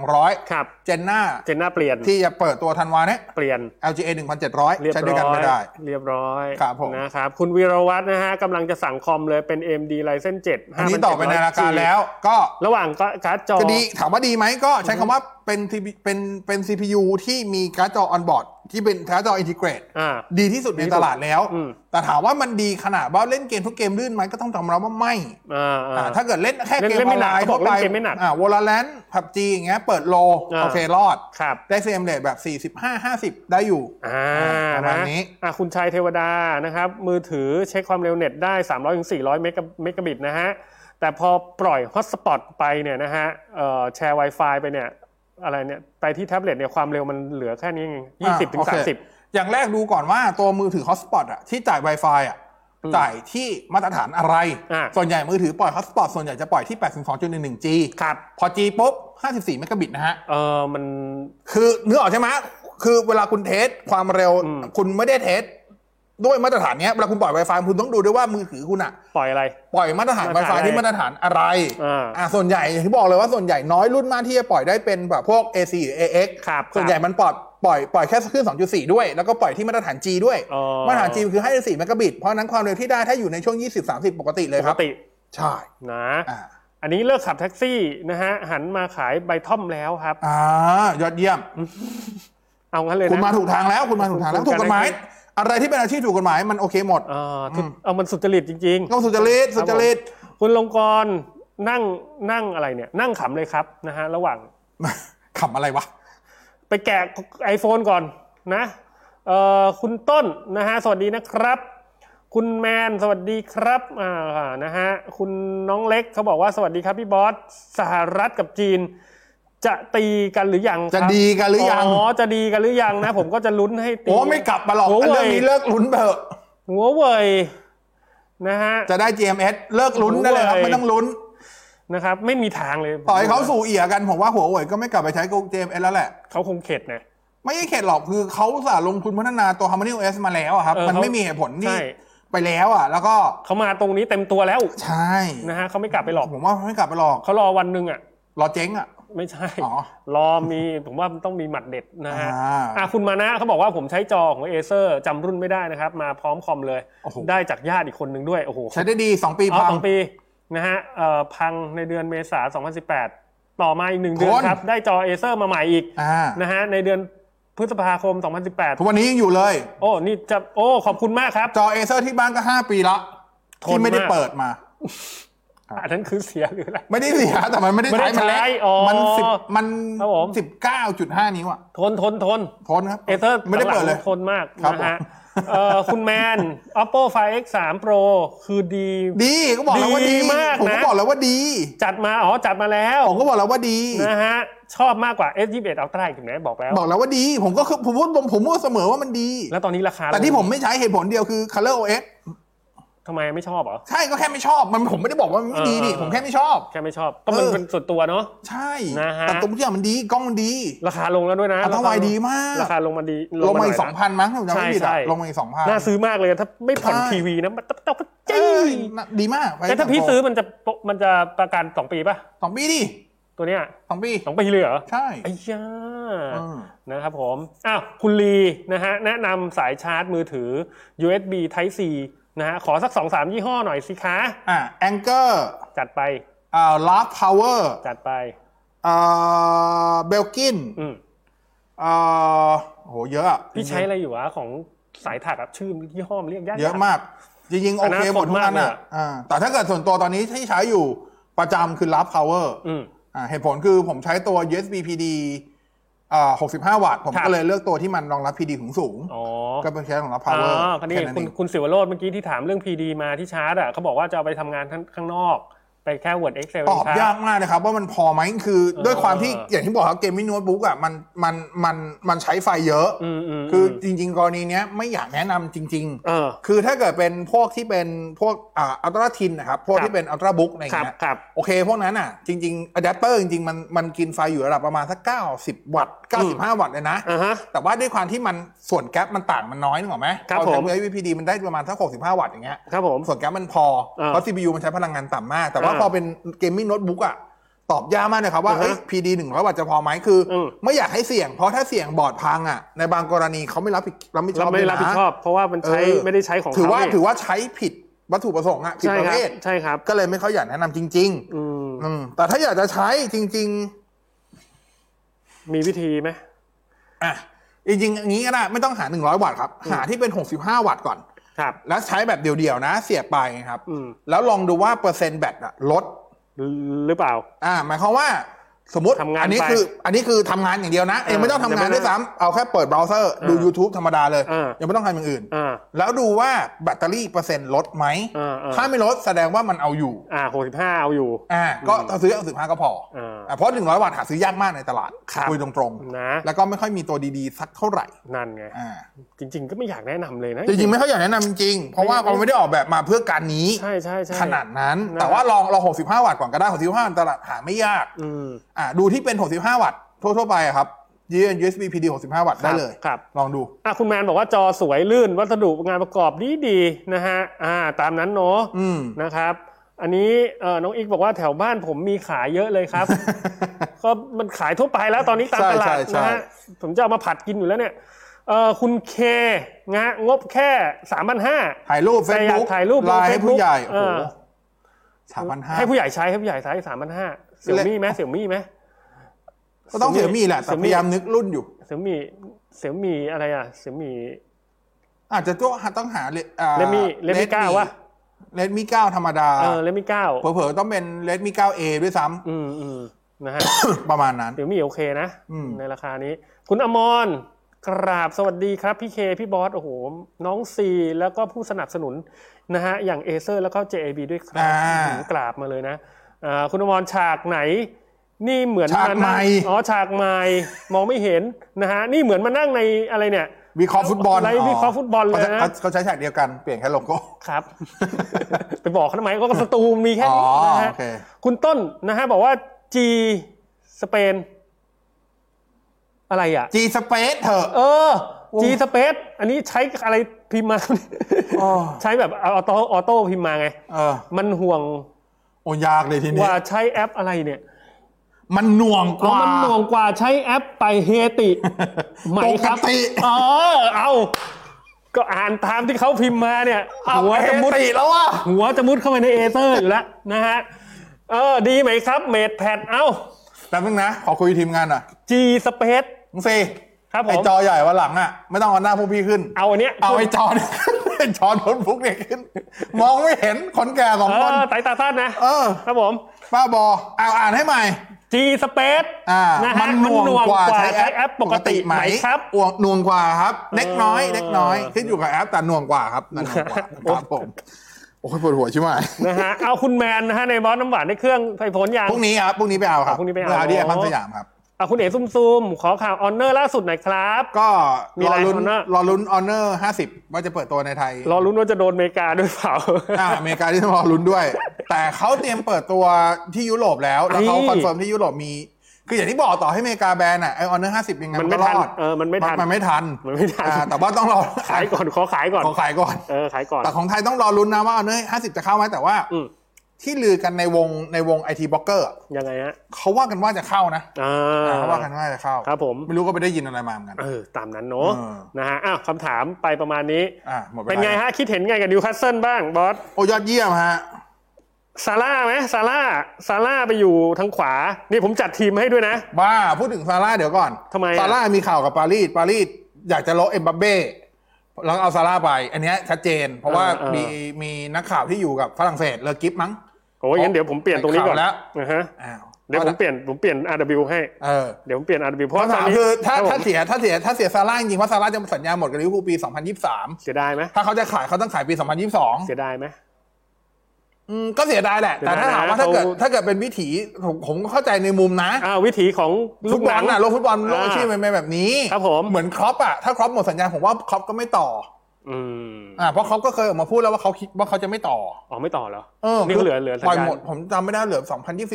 S4: 1200
S3: ครับ
S4: เจนหน้า
S3: เจนหน้าเปลี่ยน
S4: ที่จะเปิดตัวธันวาเนี่ย
S3: เปลี่ยน
S4: LGA 1,700
S3: เรียบ
S4: ใช้ด้
S3: ร้
S4: วยกัน
S3: อย
S4: ไม่ได้
S3: เรียบร้อย
S4: ครับผม
S3: นะครับ คุณวีรวัตรนะฮะกำลังจะสั่งคอมเลยเป็น AMD Ryzen 7
S4: อันนี้ต่อไปในราคาแล้วก็
S3: ระหว่างก็การ์ดจอ
S4: ก็ดีถามว่าดีไหมก็ใช้คำว่าเป็น TP- เป็นเป็น CPU ที่มีการ์ดจอออนบอร์ดที่เป็นการ์ดจออินทิเกรต
S3: อ่า
S4: ดีที่สุดในตลาดแล้ว
S3: อืม
S4: แต่ถามว่ามันดีขนาดว่าเล่นเกมทุกเกมลื่นไหมก็ต้องยอมรับว่าไม่
S3: อ่า
S4: อ่า
S3: อ่า
S4: ถ้าเกิดเล่นแค่
S3: เล่น
S4: เกม
S3: เล่น
S4: อ
S3: ไม่
S4: อน
S3: หนั
S4: ไล
S3: ก
S4: น์
S3: เขาบอกเล่นเกมไม่หนัก
S4: อ่าวอลแลนผับจีอย่างเงี้ยเปิดโล
S3: อ่า
S4: โอเครอด
S3: ครับ
S4: ได้เฟรมเรทแบบ 45 50 ได้อยู่
S3: อ่า
S4: ประมาณนี้
S3: อ่ะคุณชายเทวดานะครับ มือถือเช็คความเร็วเน็ตได้ 300ถึง400เมกะเมกะบิตนะฮะ แต่พอปล่อยฮอตสปอตไปเนี่ยนะฮะเอ่อแชร์ Wi-Fi ไปเนี่ยอะไรเนี่ยไปที่แท็บเล็ตเนี่ยความเร็วมันเหลือแค่นี้เอง20ถึง
S4: อ่ะโอเค
S3: 30
S4: อย่างแรกดูก่อนว่าตัวมือถือฮอตสปอตอะที่จ่าย Wi-Fi อะ
S3: อืม
S4: จ่ายที่มาตรฐานอะไร
S3: อ่ะ
S4: ส่วนใหญ่มือถือปล่อยฮอตสปอตส่วนใหญ่จะปล่อยที่ 82.11G
S3: ครับ
S4: พอ G ปุ๊บ 54เมกะบิตนะฮะ
S3: เออมัน
S4: คือเนื้อออกใช่ไหมคือเวลาคุณเทสความเร็ว
S3: อืม
S4: คุณไม่ได้เทสด้วยมาตรฐานเนี้ยเวลาคุณปล่อย Wi-Fi คุณต้องดูด้วยว่ามือถือคุณอะ
S3: ปล่อยอะไร
S4: ปล่อยมาตรฐาน
S3: มาตรฐาน
S4: Wi-Fi ที่มาตรฐานอะไร
S3: อ่า
S4: อ่ะส่วนใหญ่อย่างที่บอกเลยว่าส่วนใหญ่น้อยรุ่นมากที่จะปล่อยได้เป็นแบบพวก AC หรือ AX
S3: ครับ
S4: ส่วนใหญ่มันปล่อยปล่อยปล่อยแค่ขึ้น 2.4 ด้วย แล้วก็ปล่อยที่มาตรฐาน G ด้วย
S3: อ๋อ
S4: มาตรฐาน G คือ54เมกะบิต เพราะฉะนั้นความเร็วที่ได้ถ้าอยู่ในช่วง 20-30 ปกติเลย
S3: ป
S4: ค
S3: ก
S4: รับ
S3: ติ
S4: ใช่
S3: นะ
S4: อ่า
S3: อันนี้เลิกขับแท็กซี่นะฮะ หันมาขายใบท่อมแล้วครับ
S4: อ่ายอดเยี่ยม
S3: เอางั้นเลยนะ
S4: คุณมาถูกทางแล้ว คุณมาถูกทางแล้ว
S3: ถู
S4: ถู
S3: ก
S4: ก
S3: ก
S4: ก
S3: ฎห
S4: ฎ
S3: มาม
S4: หาย ย อะไรที่เป็นอาชีพถูกกฎหมายมันโอเคหมด
S3: เออถูกเอามันสุจริตจริง ๆ
S4: ต้องสุจริต สุจริต
S3: คุณลงกรณ์นั่งนั่งอะไรเนี่ย นั่งขำเลยครับนะฮะ ระหว่าง
S4: ขำอะไรวะ
S3: ไปแกะ iPhone ก่อนนะเอ่อคุณต้นนะฮะ สวัสดีนะครับ คุณแมนสวัสดีครับอ่านะฮะ คุณน้องเล็กเขาบอกว่าสวัสดีครับพี่บอสสหรัฐกับจีน จะตีกันหรือยังครับ
S4: จะดีกันหรือยัง
S3: อ๋อจะดีกันหรือยังนะ ผมก็จะลุ้นให้ตี
S4: โอ้ไม่กลับมาหรอก
S3: โอ้ย
S4: เรื่องนี้เลิกลุ้นเถอะ
S3: หัวเว่ยนะฮะ
S4: จะได้ GMS เลิกลุ้นได้เลยครับ
S3: โอ้ย
S4: ไม่ต้องลุ้น
S3: นะครับไม่มีทางเลย
S4: ต่อให้เขาสู่เอี่ยกันผมว่าหัวเว่ยก็ไม่กลับไปใช้ Google GMS แล้วแหละ
S3: เขาคงเข็ดนะ
S4: ไม่ใช่เข็ดหรอกคือเขาอุตสาห์ลงทุนพัฒนาตัว Harmony OS มาแล้วอะครับ
S3: เออ
S4: มัน
S3: เขา
S4: ไม่มีเหตุผลที่
S3: ใช่
S4: ไปแล้วอ่ะ แล้วก็
S3: เขามาตรงนี้เต็มตัวแล้ว
S4: ใช่
S3: นะฮะเขาไม่กลับไปหรอก
S4: ผมว่าไม่กลับไปหรอก
S3: เขารอวันหนึ่งอ่ะ
S4: รอเจ๊งอ่ะ
S3: ไม่ใช่
S4: อ๋อ
S3: รอมีผมว่ามันต้องมีหมัดเด็ดนะ
S4: อ่า
S3: ฮะอ่ะคุณมานะเขาบอกว่าผมใช้จอของเอเซอร์จำรุ่นไม่ได้นะครับ มาพร้อมคอมเลย
S4: โอ้โห
S3: ได้จากญาติอีกคนหนึ่งด้วย โอ้โห
S4: ใช้ได้ดีสองปี
S3: เอา
S4: พัง
S3: สองปีนะฮะเอ่อพังในเดือนเมษา2018 ต่อมาอีกหนึ่งเดือน
S4: คน
S3: ครับ ได้จอเอเซอร์มาใหม่อีก
S4: อ่า
S3: นะฮะในเดือนพฤษภาคม
S4: ทุก
S3: 2018
S4: วันนี้ยังอยู่เลย
S3: โอ้นี่จะโอ้ขอบคุณมากครับ
S4: จอเอเซอร์ที่บ้านก็ห้าปีละ
S3: ทน
S4: ที่ไม่ได้
S3: มาก
S4: เปิดมา
S3: อันนั้นคือเสียหรืออะไร
S4: ไม่ได้เสียแต่มันไม่ได้
S3: ไม่ได้
S4: ใช้มันเล็ก
S3: ใช้อ๋อ
S4: มันสิบมัน
S3: ครับผม
S4: สิบเก้าจุดห้านิ้วอ่ะ
S3: ทนทนทน
S4: ทนครับ
S3: เอเซอร์
S4: ไม่ได้เปิดเลย
S3: ทนมาก
S4: ครับ
S3: นะฮะ
S4: ผม
S3: เอ่อคุณแมน oppo find x3 pro คือดี
S4: ดีก็บอกแล้วว่า
S3: ดี
S4: ดี
S3: มากนะ
S4: ผมก็บอกแล้วว่าดี
S3: จัดมา อ๋อ จัดมาแล้ว
S4: ผมก็บอกแล้วว่าดี
S3: นะฮะ ชอบมากกว่า S21 Ultra อีกถูกไหมบอกแล้ว
S4: บอกแล้วว่าดี ผมก็คือผมพูดผมผมพูดเสมอว่ามันดี
S3: แล้วตอนนี้ราคา
S4: แต่ที่ผมไม่ใช้เหตุผลเดียวคือ Color OS
S3: ทำไมไม่ชอบเหรอ
S4: ใช่ก็แค่ไม่ชอบ มันผมไม่ได้บอกว่ามันไม่ดีนี่
S3: เออ
S4: ผมแค่ไม่ชอบ
S3: แค่ไม่ชอบ ก็มัน
S4: เออ
S3: เป็นส่วนตัวเนาะ
S4: ใช่
S3: นะฮะ
S4: แต่ตัวทุกอย่างมันดีกล้องมันดี
S3: ราคาลงแล้วด้วยนะ
S4: อัตราไวดีมาก
S3: ราคาลงมาดี
S4: ลงมาอีก
S3: ห
S4: ส
S3: น่
S4: อย ง
S3: นะ
S4: พันมั้งถ้าผมจำไม่ผิด
S3: ใช่
S4: อะ
S3: ใช่
S4: ลงมาอีกสองพัน
S3: น่าซื้อมากเลย ถ้าไม่ผ่อน
S4: ใช่
S3: ทีวีนะมันต้องก็จี้
S4: ดีมาก
S3: แต่ถ้าพี่ซื้อมันจะปกมันจะประกันสองปีป่ะ
S4: สองปีดิ
S3: ตัวเนี้ย
S4: สองปี
S3: สองปีเลยเหรอ
S4: ใช่
S3: ไอ้ย่า
S4: เออ
S3: นะครับผมอ้าวคุณลีนะฮะแนะนำสายชาร์จมือถือ USB Type C นะฮะขอสัก 2 3 ยี่ห้อหน่อยสิคะ
S4: อ่าแองเกอร์
S3: จัดไป
S4: อ่าลัฟพาวเวอร์
S3: จัดไป
S4: อ่าเบลกิน
S3: อืม
S4: อ่าโหเยอะอะ
S3: พี่ใช้อะไรอยู่วะ ของสายถักครับชื่อยี่ห้อมนเรียกยาก
S4: เยอะมาก จริงๆ โอเค
S3: อนาคต
S4: หมดทุก
S3: มา
S4: อัน
S3: กเลย
S4: อ่ะ
S3: อะ
S4: อ่าแต่ถ้าเกิดส่วนตัวตอนนี้ที่ใช้อยู่ประจำคือลัฟพาวเวอร์
S3: อืม
S4: อ่าเหตุผลคือผมใช้ตัว USB PD อ่า65 วัตต์ ผม
S3: ครับ
S4: ก็เลยเลือกตัวที่มันรองรับ PD ถึงสูง
S3: อ๋อ
S4: ๆก็เป็นใช้ของลัฟ
S3: อ๋
S4: พาวเวอร์
S3: อคันนี้
S4: แค่นั้น
S3: คุ
S4: เอ
S3: ณ
S4: ง
S3: คุณสิวโรดเมื่อกี้ที่ถามเรื่อง PD มาที่ชาร์จอ่ะเขาบอกว่าจะเอาไปทำงานข้างข้างนอก ไปแค่ Word Excel
S4: ตอบ
S3: เงครับ
S4: ยากมากเลยครับ ว่ามันพอไหมคือด้วยความที่
S3: เอออ
S4: อย่างที่บอกครับเกมมิ่งโน้ตบุ๊กอ่ะมันมันมันมันใช้ไฟเยอะ
S3: อืมอืม
S4: คือ
S3: ม
S4: จริง ๆ กรณีเนี้ยไม่อยากแนะนำจริง
S3: เออ
S4: ๆ คือถ้าเกิดเป็นพวกที่เป็นพวกอ่าอัลตราทินนะครับ พวก
S3: ครับ
S4: ที่เป็นอัลตราบุ๊กอะไร
S3: ครับ
S4: เงี้ย
S3: ครับ
S4: โอเค พวกนั้นอ่ะ จริงๆอะแดปเตอร์จริง ๆ มันมันกินไฟอยู่ระดับประมาณสัก 90 วัตต์ 95 วัตต์เลยนะ
S3: อ่าฮะ
S4: แต่ว่าด้วยความที่มันส่วนแก๊ปมันต่างมันน้อยนึกออกไหม
S3: ครับ
S4: พอใช้
S3: ผม
S4: VPD มันได้ประมาณสัก 65 วัตต์อย่างเงี้ย
S3: ครับผม
S4: ส่วนแก๊ปมันพอ
S3: อ่า
S4: เพราะ CPU มันใช้พลังงานต่ำมาก แต่ว่า
S3: อ่า
S4: พอเป็นเกมมิ่งโน้ตบุ๊กอ่ะตอบยากมากเลยครับว่า
S3: อ่าฮะ
S4: เอ้ย PD 100 วัตต์จะพอไหมคืออ
S3: ม
S4: ไม่อยากให้เสี่ยงเพราะถ้าเสี่ยงบอร์ดพังอ่ะในบางกรณีเขาไม่รับผิดรับผิดช
S3: เรา
S4: อบ
S3: ไม่
S4: เลยนะ
S3: รับผิดชอบ เพราะว่ามันใช้
S4: เออ
S3: ไม่ได้ใช้ของ
S4: ถือ
S3: เข
S4: ว่า
S3: เนี่ย
S4: ถือว่าใช้ผิดวัตถุประสงค์อะผิด
S3: ใช่
S4: ประ
S3: ครั
S4: เภ
S3: บ
S4: ท
S3: ใช่ครับ
S4: ก็เลยไม่ค่อยอยากแนะนำจริง
S3: อืม
S4: ๆ อืมแต่ถ้าอยากจะใช้จริง
S3: มีวิธีไหม
S4: ๆอ่ะจริงๆอันนี้ก็ได้ไม่ต้องหา 100 วัตต์ครับ หาที่เป็น 65 วัตต์ก่อน
S3: ครับ
S4: แล้วใช้แบบเดียวๆนะ เสียบไปครับ
S3: อืม
S4: แล้วลองดูว่าเปอร์เซ็นต์แบตอะลด
S3: หรือเปล่า
S4: อ่าหมายความว่าสมมติ
S3: ทำงาน
S4: อันี้
S3: ไป
S4: คืออันนี้คือทำงานอย่างเดียวนะ
S3: เออ
S4: ยังไม่ต้องทำงานด้วยซ้ำเอาแค่เปิดเบราว์เซอร์ดู
S3: เออ
S4: YouTube ธรรมดาเลย
S3: เออ
S4: ยังไม่ต้องทำอย่างอื่น
S3: อ่า
S4: แล้วดูว่าแบตเตอรี่เปอร์เซ็นต์ลดไหม
S3: เออเออ
S4: ถ้าไม่ลดแสดงว่ามันเอาอยู่
S3: อ่าหกสิบห้าเอาอยู่
S4: อ่าก็ถ้าซื้อเอาสิบห้าก็พออา อ่าเพราะหนึ่งร้อยวัตต์หาซื้อยากมากในตลาด
S3: ครับ
S4: ยตรง
S3: นะ
S4: ๆ แล้วก็ไม่ค่อยมีตัวดีๆ สักเท่าไหร่
S3: นั่นไง
S4: อ่า
S3: จริง ๆ ก็ไม่อยากแนะนำเลยนะ
S4: จริงๆ ไม่ค่อยอยากแนะนำจริงๆเพราะว่า
S3: ไม่
S4: เราไม่ได้ออกแบบมาเพื่อการนี้
S3: ใช่ใช่ใช่
S4: ขนาดนั้น
S3: นะ
S4: แต่ว่าลองลองหกสิบห้าวัตต์ก่อนก็ได้หกสิบห้าตลาดหาไม่ยาก
S3: อืม
S4: อ่าดูที่เป็นหกสิบห้าวัตต์ทั่วๆไปอะครับ USB PD หกสิบห้าวัตต์ได้เลย
S3: ครับ
S4: ลองดู
S3: อ่ะคุณแมนบอกว่าจอสวยลื่น วัสดุงานประกอบดีดีๆนะฮะ อ่า ตามนั้นเนาะ
S4: อืม
S3: นะครับ อันนี้เอ่อน้องอิกบอกว่าแถวบ้านผมมีขายเยอะเลย ครับ ก็มันขายทั่วไปแล้วตอนนี้ตาม
S4: ใช่
S3: ตลาด
S4: ใช่ใช่
S3: นะฮะผมจะเอามาผัดกินอยู่แล้วเนี่ยเอ่อคุณเคงะงบแค่สามพันห้า
S4: ถ่ายรูปเฟ
S3: แต่
S4: ซ
S3: อยาก
S4: บุ๊ก
S3: ถ่ายรูปลง
S4: ไลน์ให้
S3: Facebook
S4: ผู้ใหญ่โอ้
S3: เอ
S4: โห
S3: อ
S4: สามพันห้า
S3: ให้ผู้ใหญ่ใช้ให้ผู้ใหญ่ใช้สามพันห้าเสี่ย
S4: และ
S3: มี่ไหมเสี่ยมี่ไหม
S4: ก็ต้องเสียมีแหละแต่
S3: Xiaomi
S4: พยายามนึกรุ่นอยู่
S3: เสี่ยมี่เสี่ยมี่อะไรอ่ะเสี่ยมี่
S4: อาจจะต้องหาต้องหาเลอ่า
S3: Redmi Redmi
S4: Redmi
S3: เก้าวะ
S4: เลดมีเก้าธรรมดา
S3: เออเลมี่เก้า
S4: เผลอๆต้องเป็นเลดมีเก้าเอด้วยซ้
S3: อืมอืมนะฮะ
S4: ำ ประมาณนั้น
S3: เดี๋ยวมีโอเคนะ
S4: อืม
S3: ในราคานี้ คุณอมรกราบสวัสดีครับ พี่เค พี่บอส โอ้โห น้องซี แล้วก็ผู้สนับสนุนนะฮะ อย่างเอเซอร์แล้วก็ JAB ด้วยครั
S4: อ่า
S3: อืมกราบมาเลยนะอ่าคุณอมรฉากไหน นี่เหมือน
S4: ฉากใหม่
S3: นั่งอ๋อฉากใหม่มองไม่เห็นนะฮะ นี่เหมือนมานั่งในอะไรเนี่ย
S4: วิเคราะห์ฟุตบอล
S3: ไลฟ์วิเคราะห์ฟุตบอลเลยนะ
S4: ขาขาเขาใช้ฉากเดียวกันเปลี่ยนแค่โลโก้
S3: ครับ ไปบอกเขาทำไมก็สตูมีแค่
S4: อ๋อ
S3: นี้นะฮะ
S4: โอเค
S3: คุณต้นนะฮะบอกว่า G สเปน อ อะไรอ่ะ
S4: G Space เถอะ
S3: เออ G Space อันนี้ใช้อะไรพิ มพ์มา
S4: อ๋อ
S3: ใช้แบบออโต้ออโต้พิมพ์มาไง
S4: เออ
S3: มันห่วง
S4: โอ้ยากเลยที
S3: ก
S4: นี้
S3: ว่าใช้แอปอะไรเนี่ย
S4: มันหน่วงก
S3: แล้
S4: ว่า
S3: วมันหน่วงกว่าใช้แอปไปเฮติไหมครับ
S4: ปกติ
S3: เออเอาก็อ่านตามที่เขาพิมพ์มาเนี่ย
S4: เอา
S3: หัว
S4: เฮ
S3: จะมุด
S4: ติแล้วอ่ะ
S3: หัวจะมุดเข้าไปในเอเซอร์อยู่แล้วนะฮะ เออ ดีไหมครับ เมดแพดเอ้า
S4: แป๊บนึงนะ ขอคุยทีมงานหน่อย
S3: G Space
S4: มึงซี
S3: ครับผม
S4: ไอจอใหญ่วันหลังอ่ะ ไม่ต้องเอาหน้าพวกพี่ขึ้น
S3: เอาอันเนี้ย
S4: เอาไอจอเนี่ย ไอจอโน้ตบุ๊กเนี่ยขึ้น มองไม่เห็นคนแก่สอง
S3: เอ
S4: คน
S3: อสายตาสั้นนะ
S4: เออ
S3: ครับผม
S4: ป้าบอเอาอ่านให้ใหม่
S3: G Space
S4: อ่า
S3: นะฮะ
S4: มันหน่วงกว่าใช้แอปปกติไหม
S3: ครับ
S4: อวงหน่วงกว่าครับเล็กน้อย
S3: เออ
S4: เล็กน้อยขึ้นอยู่กับแอปแต่หน่วงกว่าครับนั่นหน่วงกว่าครับผมโอ้ยปวดหัวใช่ไหม
S3: นะฮะ เอาคุณแมนนะฮะในบอสน้ำหวานในเครื่องไฟผลยาง
S4: พรุ่งนี้ครับพรุ่งนี้ไปเอาครับ
S3: พรุ่งนี้ไปเอา
S4: ที่ไอคอนสยามครับ
S3: เอาคุณเอ๋ซุ่มซุมๆขอข่าวออนเนอร์ล่าสุดหน่อยครับ
S4: ก็
S3: มี
S4: รอ
S3: อะไร
S4: ลุ้น
S3: Honor
S4: รอลุ้นออเนอร์ห้าสิบว่าจะเปิดตัวในไทย
S3: รอรุ้นว่าจะโดนอเมริกาด้วยเปล่า
S4: อ่าอเมริกาที่ต้องรอลุ้นด้วย แต่เขาเตรียมเปิดตัวที่ยุโรปแล้ว แล้วเขา
S3: นี่
S4: คอนเฟิร์มที่ยุโรปมี คืออย่างที่บอกต่อให้อเมริกาแบนอ่ะไอออเนอร์ห้าสิบยังไง
S3: มัน
S4: มัน
S3: ไม่
S4: ก็ร
S3: ทัน
S4: อด
S3: เออ มันไม่ทัน
S4: มันไม่ทัน
S3: มันไม่ทัน
S4: อ่าแต่ว่าต้องรอ
S3: ขายก่อน ขอขายก่อน
S4: ขอขายก่อน
S3: เออ ขายก่อน
S4: แต่ของไทยต้องรอลุ้นนะว่าเอาเนื้อห้าสิบจะเข้าไหมแต่ว่า
S3: อืม
S4: ที่ลือกันในวงในวงไอทีบล็อกเกอร์
S3: ยังไงฮะ
S4: เขาว่ากันว่าจะเข้านะ
S3: อ่
S4: อ่า
S3: า
S4: เขาว่ากันว่าจะเข้า
S3: ครับผม
S4: ไม่รู้ก็ไปได้ยินอะไรมาเหมือนกัน
S3: เออ ตามนั้นเนอะ
S4: เออ
S3: นะฮะ อ้าวคำถามไปประมาณนี้
S4: อ่าหมด
S3: เป็นไงฮะ คิดเห็นไงกับนิวคาสเซิลบ้างบอส
S4: โอ้ยอดเยี่ยมฮะ
S3: ซาร่าไหมซาร่า ซาร่าไปอยู่ทางขวา นี่ผมจัดทีมให้ด้วยนะ
S4: บ้า พูดถึงซาร่าเดี๋ยวก่อน
S3: ทำไมอะ
S4: ซาร่ามีข่าวกับปารีสปารีสอยากจะโละเอ็มบัปเบ้แล้วเอาซาร่าไป อันเนี้ยชัดเจน เพราะว่ามีมีนักข่าวที่อยู่กับฝรั่งเศสเลอกิฟมั้ง
S3: โอ้ยงั้นเดี๋ยวผมเปลี่ยนตรงนี้ก่อน
S4: ข่าวแล้ว
S3: นะฮะ
S4: อ้าว
S3: เดี๋ยวผมเปลี่ยน ผมเปลี่ยน RW ให้
S4: เออ
S3: เดี๋ยวผมเปลี่ยน RW เพราะต
S4: คำ
S3: อ
S4: ถาน ม
S3: นี้
S4: คือถ้า
S3: รับผม
S4: ถ้าเสียถ้าเสียถ้าเสียซาร่าจริงๆเพราะซาร่าจะหมดสัญญาหมดกับลิเวอร์พูลปี 2023
S3: เสียดายไหม
S4: ถ้าเขาจะขายเขาต้องขายปี
S3: เสียดายไหม
S4: 2022อืมก็เสียดายแหละ แต่ถ้าถามว่า
S3: เสียดายนะ
S4: ถ้าเกิด
S3: เขา
S4: ถ้าเกิดเป็นวิถีผมผมก็เข้าใจในมุมนะ
S3: อ้าววิถีของ
S4: ฟุ
S3: ลู
S4: ต
S3: ก
S4: บ
S3: ห
S4: อ
S3: นั
S4: ล
S3: ง
S4: น่ะโลกฟุตบอลโลก
S3: อ่า
S4: อาชีพมันเป็นแบบนี้
S3: ครับผม
S4: เหมือนครอปอ่ะถ้าครอปหมดสัญญาผมว่าครอปก็ไม่ต่อ
S3: อืม
S4: อ่าเพราะเขาก็เคยออกมาพูดแล้วว่าเขาคิดว่าเขาจะไม่ต่อ
S3: อ๋อไม่ต่อเหรอ
S4: เออ
S3: นี่ก็เหลือเหลือสัญ
S4: ปล่อย
S3: ญาณ
S4: หมดผมจำไม่ได้เหลือ 2024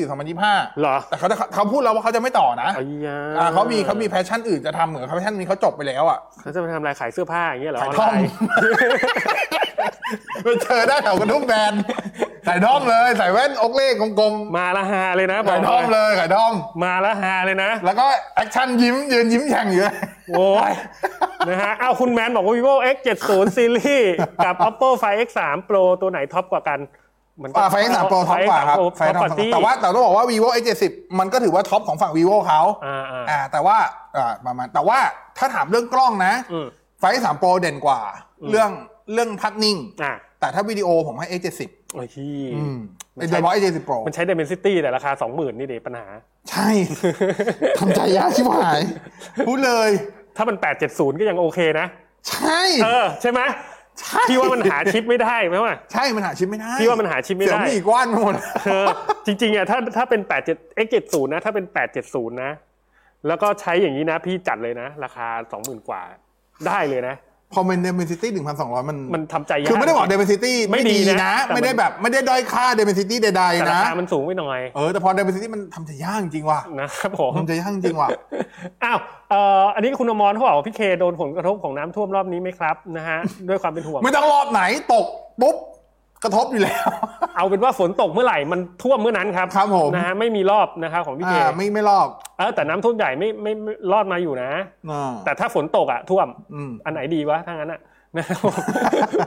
S4: 2025
S3: เหรอ
S4: แต่เขาจะเขาพูดแล้วว่าเขาจะไม่ต่อนะ
S3: ไอ้ยา
S4: อ่าเขามีเขามีแพชชั่นอื่นจะทำเหมือนแพชชั่นนี้เขาจบไปแล้วอ่ะ
S3: เขาจะไปทำลายขายเสื้อผ้าอย่างเงี้ยเหรอ
S4: ขายท่อ
S3: น
S4: ม
S3: ไลน์
S4: ไปเจอได้แถวกระทุ่มแบ นใส่ด้อมเลย ใส่แว่นอกเล่กลม
S3: มาละฮาเลยนะ
S4: ๆ
S3: บอ
S4: ใส่
S3: ก
S4: ด้อม
S3: เลย
S4: เลยใส่ด้อม
S3: มาละฮาเลยนะ
S4: แล้วก็แอคชั่นยิ้มยืนยิ้มแฉ่งอยู่เลย
S3: โอ้ย นะฮะอ้าวคุณแมนบอกว่า vivo x 7 0 series กับ oppo find x 3 pro ตัวไหนท็อปกว่ากันมัน
S4: อ่าไฟสามโปรท็อปกว่าครับไฟ
S3: ไฟท็อป
S4: ท็อป
S3: กว่าที่
S4: แต่ว่าแต่ต้องบอกว่า vivo a 7 0มันก็ถือว่าท็อปของฝั่ง vivo เขา
S3: อ่าอ่า
S4: อ่าแต่ว่าอ่าประมาณแต่ว่าถ้าถามเรื่องกล้องนะ
S3: อืม
S4: ไฟสามโปรเด่นกว่า
S3: อืม
S4: เรื่องเรื่องภาพนิ่ง
S3: อ่า
S4: แต่ถ้าวิดีโอผมให้ A70
S3: โอ้ยที่
S4: อืม
S3: มันใช้
S4: โดยเฉพาะ A70 Pro
S3: มันใช้ Dimensity แต่ราคา 20,000 นี่ดิปัญ หา
S4: ใช่ทำใจยากชิบ หายพูดเลย
S3: ถ้ามัน 870 ก็ยังโอเคนะ
S4: ใช่
S3: เออ ใช่ไหม
S4: ใช่
S3: พี่ว่ามันหาชิปไม่ได้ไหมวะ
S4: ใช่มันหาชิปไม่ได้
S3: พี่ว่ามันหาชิปไม่
S4: เสี่ยว
S3: ได้
S4: มีอีกว่านไปหมด
S3: เออจริงๆอ่ะถ้าถ้าเป็น 87 x 7 0นะ ถ้าเป็น 870 นะ แล้วก็ใช้อย่างนี้นะ พี่จัดเลยนะ ราคา 20,000 กว่า ได้เลยนะ
S4: พอเป็น Dimensity 1200 มัน
S3: มันทำใจยาก
S4: คือไม่ได้บอก Dimensity
S3: ไม่
S4: ไม่
S3: ดี
S4: ดี
S3: นะ
S4: นะ
S3: แต่มัน
S4: ไม่ได้แบบไม่ได้ด้อยค่า Dimensity ใด
S3: แต่
S4: ๆ
S3: รา
S4: นะ
S3: คามันสูงไปหน่อย
S4: เออ แต่พอ Dimensity มันทำใจยากจริงว่ะ
S3: นะครับผม
S4: ทำใจยากจริงว่ะ
S3: อ้าวเอ่ออันนี้คุณอมรเขาบอกว่าพี่เคโดนผลกระทบของน้ำท่วมรอบนี้ไหมครับนะฮะด้วยความเป็นห่วง
S4: ไม่ต้องรอบไหนตกปุ๊บ กระทบอยู่แล้ว
S3: เอาเป็นว่าฝนตกเมื่อไหร่มันท่วมเมื่อนั้นครับ
S4: ครับผม
S3: นะฮะไม่มีรอบนะครับของพี่เค
S4: อ่าไม่ไม่รอบ
S3: เออแต่น้ำท่วมใหญ่ไม่ไม่ไม่รอดมาอยู่นะ
S4: อ่า
S3: แต่ถ้าฝนตกอ่ะท่วม
S4: อืม
S3: อันไหนดีวะถ้างั้นอ่ะ นะครับผม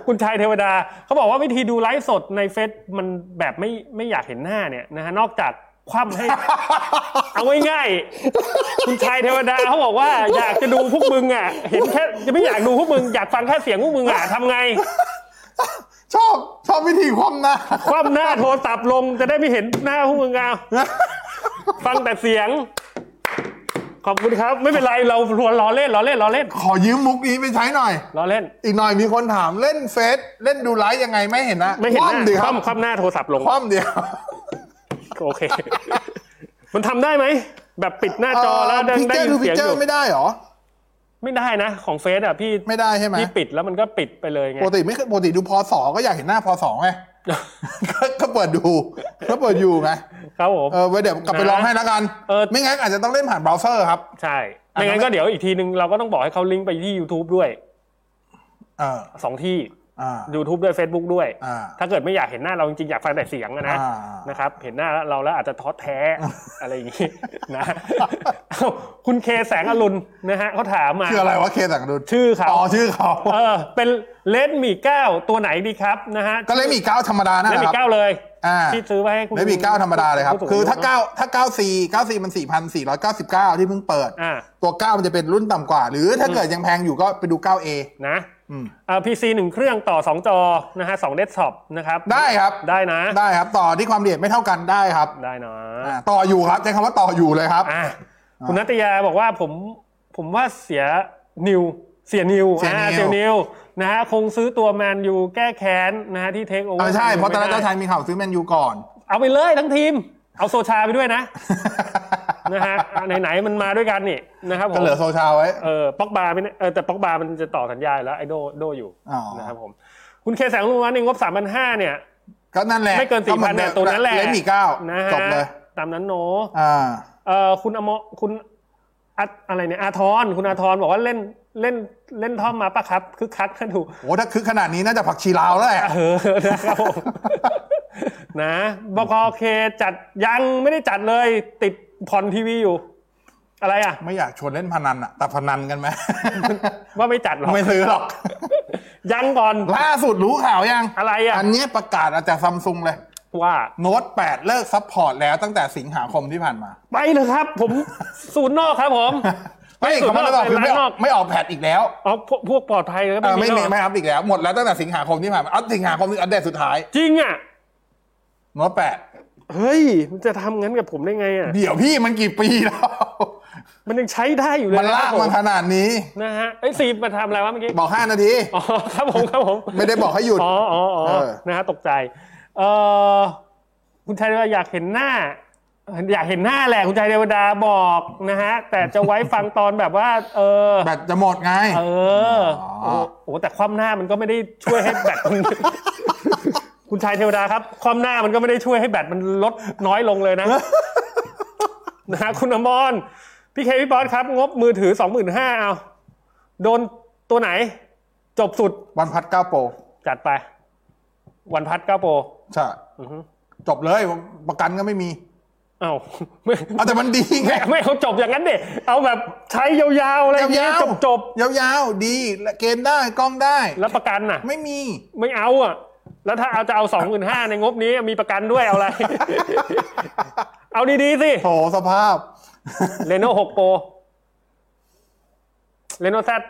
S3: คุณชายเทวดาเขาบอกว่าวิธีดูไลฟ์สดในเฟซมันแบบไม่ไม่อยากเห็นหน้าเนี่ยนะฮะนอกจากคว่ำให้ เอาง่ายๆ คุณชายเทวดาเขาบอกว่าอยากจะดูพวกมึงอ่ะ เห็นแค่จะไม่อยากดูพวกมึงอยากฟังแค่เสียงพวกมึงอ่ะทำไง
S4: ชอบชอบวิธีคว่ำหน้า
S3: คว่ำหน้าโทรศัพท์ลงจะได้ไม่เห็นหน้าพวกมึงเอาฟังแต่เสียง ขอบคุณครับไม่เป็นไรเราล้อเล่นล้อเล่นล้อเล่น
S4: ขอยืมมุกนี้ไปใช้หน่อย
S3: ล้อเล่น
S4: อีกหน่อยมีคนถามเล่นเฟซเล่นดูไลฟ์ยังไงไม่เห็นนะ
S3: ไม่เห็นหน้า
S4: คว่ำดีครับ
S3: คว่ำคว่ำหน้าโทรศัพท์ลง
S4: คว่ำเดียว
S3: โอเค มันทำได้ไหมแบบปิดหน้าจอแล้วได้
S4: พิก
S3: ได้
S4: เจอร์
S3: ยิน
S4: ทูพิ
S3: เสียง
S4: เจ
S3: อ
S4: อยู่ ร์ไม่ได้เหรอ
S3: ไม่ได้นะ ของเฟซอ่ะพี่
S4: ไม่ได้ใช่ไหม
S3: พี่ปิดแล้วมันก็ปิดไปเลยไง
S4: ปกติไม่เคยปกติดูพอสอก็อยากเห็นหน้าพอสอไง ก็ก็เปิดดูก็เปิดอยู่ไง
S3: ครับผม
S4: เออไว้เดี๋ยวกลับไป
S3: นะ
S4: ลองให้แล้วกัน
S3: เออ
S4: ไม่งั้นอาจจะต้องเล่นผ่านเบราว์เซอร์ครับ
S3: ใช่ไม่งั้นก็เดี๋ยวอีกทีนึงเราก็ต้องบอกให้เขาลิงก์ไปที่ YouTube ด้วย
S4: เออ
S3: สองที่
S4: อ่า
S3: YouTube ด้วย Facebook ด้วย
S4: อ่า
S3: ถ้าเกิดไม่อยากเห็นหน้าเราจริงๆ อยากฟังแต่เสียงอะนะ
S4: อ่า
S3: นะครับ เห็นหน้าเราแล้วอาจจะท้อ แท้ อะไรอย่างนี้นะ เอ้าคุณเคแสงอรุณนะฮะเขาถามมา
S4: คืออะไรวะเคต่างดู
S3: ชื่อเขา
S4: อ๋อชื่อเขา
S3: เออเป็นเลนหมี่เก้าตัวไหนดีครับนะฮะ
S4: ก็เลมีเก้าธรรมดานั่น
S3: เลน
S4: แห
S3: ห
S4: ละค
S3: มี่
S4: รับ
S3: เก้าเลย
S4: อ่า
S3: ที่ซื้อไว้ให้คุณ
S4: ไม่มีเก้าธรรมดาเลยครับ
S3: ผู้สูง
S4: คือถ้า
S3: ยุ
S4: เก้าถ้าเก้าสี่เก้าสี่มันสี่พันสี่ร้อยเก้าสิบเก้าที่เพิ่งเปิด
S3: อ่า
S4: ตัวเก้ามันจะเป็นรุ่นต่ำกว่า หรือถ้าเกิดยังแพงอยู่ก็ไปดูเก้าเอ
S3: นะ
S4: ม
S3: อ่าพีซีหนึ่งเครื่องต่อ 2 จอนะฮะสองเดสก์ท็อปนะครับ
S4: ได้ครับ
S3: ได้นะ
S4: ได้ครับต่อที่ความละเอียดไม่เท่ากันได้ครับ
S3: ได้นะ
S4: อ่าต่ออยู่ครับใช้คำว่าต่ออยู่เลยครับ
S3: อ่ะคุณนัตยาบอกว่าผมผมว่าเสียนิว เสียนิว
S4: เสียนิว
S3: อ่าเสียนิวนะฮะคงซื้อตัวแมนยูแก้แค้นนะฮะที่เทคโอเวอ
S4: เออ
S3: ร์
S4: ใช่เพราะตอนแรกเจ้าชายมีข่าวซื้อแมนยูก่อน
S3: เอาไปเลยทั้งทีม เอาโซชาไปด้วยนะ นะฮะอ่ะไหนๆมันมาด้วยกันนี่นะครับผ
S4: ก็
S3: ม
S4: เหลือโซชาไว้
S3: เออป็อกบาไม่แน่เออแต่ป็อกบามันจะต่อสัญญาอยู่แล้วไอโดโดอยู่
S4: อ๋อ
S3: นะครับผมคุณเคแสงลุงวันเองงบสามพันห้าเนี่ย
S4: ก็นั่นแหละ
S3: ไม่เกินสี่พันเนี่ยตัวนั้นแหละ
S4: เลมีเก้า
S3: นะฮะ
S4: จบเลย
S3: ตามนั้นโน
S4: อ่า
S3: เอ่อคุณอมรคุณอะอะไรเนี่ยอาทรคุณอาทรบอกว่าเล่นเล่นเล่นท่อมมาปะครับคึกคักขึ้นดู
S4: โอ้ถ้าคึกขนาดนี้น่าจะผักชีลาวแล้วแหละ
S3: เออนะครับผม นะบกเคจัดยังไม่ได้จัดเลย ติดผ่อนทีวีอยู่ อะไรอ่ะ
S4: ไม่อยากชวนเล่นพนันอะแต่พนันกัน ไหม
S3: ว่าไม่จัดหรอก
S4: ไม่ซื้อหรอก
S3: ยังก่อน
S4: ล่าสุดรู้ข่าวยัง
S3: อะไรอ่ะ
S4: อันเนี้ยประกาศอาจากซัมซุงเลย
S3: ว่า
S4: โน้ต 8 เลิกซัพพอร์ตแล้วตั้งแต่สิงหาคมที่ผ่านมา
S3: ไปเลยครับ ผมศูนย์นอกครับผม
S4: ไม่
S3: ไม่สุด
S4: เขาไม่ได้บอ
S3: นอก
S4: กคือ
S3: ไป
S4: ไม่
S3: ร้านนอก
S4: ไม่ออกแพดอีกแล้ว
S3: เอาพวกพวกปลอดภัยเลยก็
S4: เออไม่
S3: ไม่มีห
S4: มี
S3: รอก
S4: ไม่อัพอีกแล้ว หมดแล้วตั้งแต่สิงหาคมที่ผ่านมาอัพสิงหาคมนี่อัปเดตสุดท้าย
S3: จริงอ่ะ
S4: โน้ต
S3: เฮ้ย มันจะทำงั้นกับผมได้ไงอ่ะ
S4: 8 เดี๋ยวพี่มันกี่ปีแล้ว
S3: มันยังใช้ได้อยู่เลย
S4: มันลากมา
S3: ค
S4: ข
S3: รับ
S4: นาดนี้
S3: ผมนะฮะไอ้ยสีมาทำอะไรวะเมื่อกี้
S4: บอก 5 นาที
S3: อ๋อ ครับผมครับผม
S4: ไม่ได้บอกให้หยุด
S3: อ๋ออ๋ออ๋อ
S4: เออ
S3: นะฮะตกใจ เออคุณชายเดวดาอยากเห็นหน้า อยากเห็นหน้าแหละคุณชายเดวดาบอกนะฮะ แต่จะไว้ฟังตอนแบบว่า เออ
S4: แบตจะหมดไง
S3: เออ
S4: อ๋
S3: โอ้
S4: อ
S3: โหแต่ความหน้ามันก็ไม่ได้ช่วยให้แบตมัน คุณชายเทวดาครับ ความหน้ามันก็ไม่ได้ช่วยให้แบตมันลดน้อยลงเลยนะ นะฮะคุณอมรพี่เคพี่บอสครับ งบมือถือสองหมื่นห้าเอา โดนตัวไหน จบสุด
S4: วันพัด9โปร
S3: จัดไป วันพัดเก้าโปร
S4: ใช่
S3: อือฮึ
S4: จบเลยประกันก็ไม่มี
S3: เอ้า ไม่
S4: เอาแต่มันดีไง
S3: ไม่เอาจบอย่างนั้นเด็เอาแบบใช้ยาวๆอะไรอย่างเงี้ย
S4: ยาว
S3: จบ
S4: ๆ
S3: จบ
S4: ยาวๆ ดีและเกณฑ์ได้กล้องได้
S3: ๆแล้วประกันน่ะ
S4: ไม่มี
S3: ไม่เอาอ่ะ แล้วถ้าเอาจะเอาสองหมื่นห้าในงบนี้มีประกันด้วย เอาอะไร เอาดีๆสิ
S4: โถสภาพ
S3: เรโน่หกโปรเรโน่แซด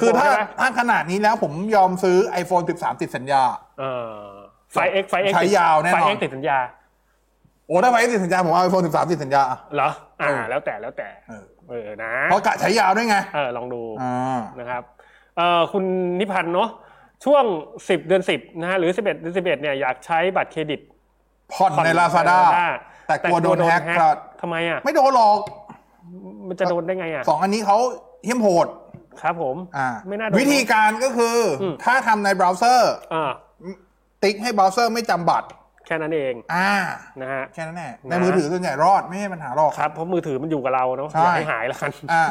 S4: คือถ้าถ้าขนาดนี้แล้วผมยอมซื้อ iPhone 13 ติดสัญญา
S3: ไฟเอ็กไฟเอ็ก
S4: ใช้ยาวแน่นอน
S3: ไฟเอ็กติดสัญญา
S4: โอ้ถ้าไปติดสัญญา ผมเอา iPhone 13 ติดสัญญาอ่ะ
S3: เหรอ อ่า
S4: เออ
S3: แล้วแต่แล้วแต่
S4: เออ
S3: เออนะ
S4: เพราะกะใช้ยาวด้วยไง
S3: เออลองดู
S4: อ่า
S3: นะครับเออคุณนิพันธ์เนาะช่วง 10 เดือน 10 นะฮะหรือ 11 เดือน 11 เนี่ยอยากใช้บัตรเครดิต
S4: ผ่อนใน Lazada แต่กลัวโดนแฮ็กครับ
S3: ทำไมอ่ะ
S4: ไม่โดนหรอก
S3: มันจะโดนได้ไงอ่ะ
S4: สองอันนี้เขาเหี้ยมโหด
S3: ครับผม
S4: อ่า
S3: ไม่น่าโดน
S4: วิธีการก็คืออ
S3: ม
S4: ถ้าทำในเบราว์เซอร์
S3: อ่า
S4: ติ๊กให้เบราว์เซอร์ไม่จำบัตร
S3: แค่นั้นเอง
S4: อ่า
S3: นะฮะ
S4: แค่นั้นแหละใน
S3: นะ
S4: มือถือส่วนใหญ่รอดไม่ใช่ปัญหาหรอก
S3: ครับเพราะมือถือมันอยู่กับเราเนาะ
S4: ใช่
S3: อย่าให้หายละกัน
S4: อ่า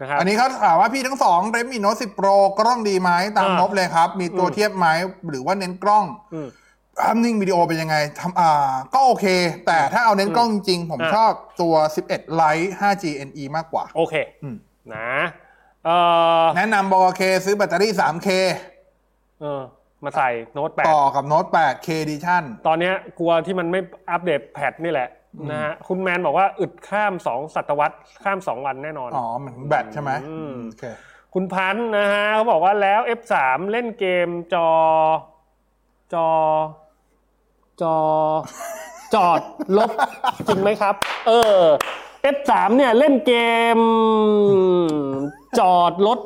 S3: นะครับ
S4: อันนี้เขาถามว่าพี่ทั้งสองเรมีโน้ตสิบโปรกล้องดีไหมตาม
S3: อ่าง ง
S4: บเลยครับ มีตัว
S3: อืม
S4: เทียบไหมหรือว่าเน้นกล้อง
S3: อืม
S4: ภาพนิ่งวิดีโอเป็นยังไงทำอ่า ก็โอเค แต่ถ้าเอาเน้นกล้องจริงๆผม
S3: อ่า
S4: ชอบตัว 11 Lite 5G NE มากกว่า
S3: โอเค
S4: อืม
S3: นะเอ่อ
S4: แนะนำบอเคซื้อแบตเตอรี่ 3K
S3: เออมาใส่โน้ตแปด
S4: ต่อกับโน้ต 8K Edition
S3: ตอนเนี้ยกลัวที่มันไม่อัปเดตแพทนี่แหละนะฮะคุณแมนบอกว่าอึดข้ามสองศตวรรษข้ามสองวันแน่นอน
S4: อ๋อเหมือนแบตใช่ไหม
S3: อืม
S4: โอเค
S3: คุณพันธ์นะฮะเขาบอกว่าแล้ว F3 เล่นเกมจอ จอ จอ จอดลบ จริงไหมครับ เออ F3 เนี่ยเล่นเกม จอดรถ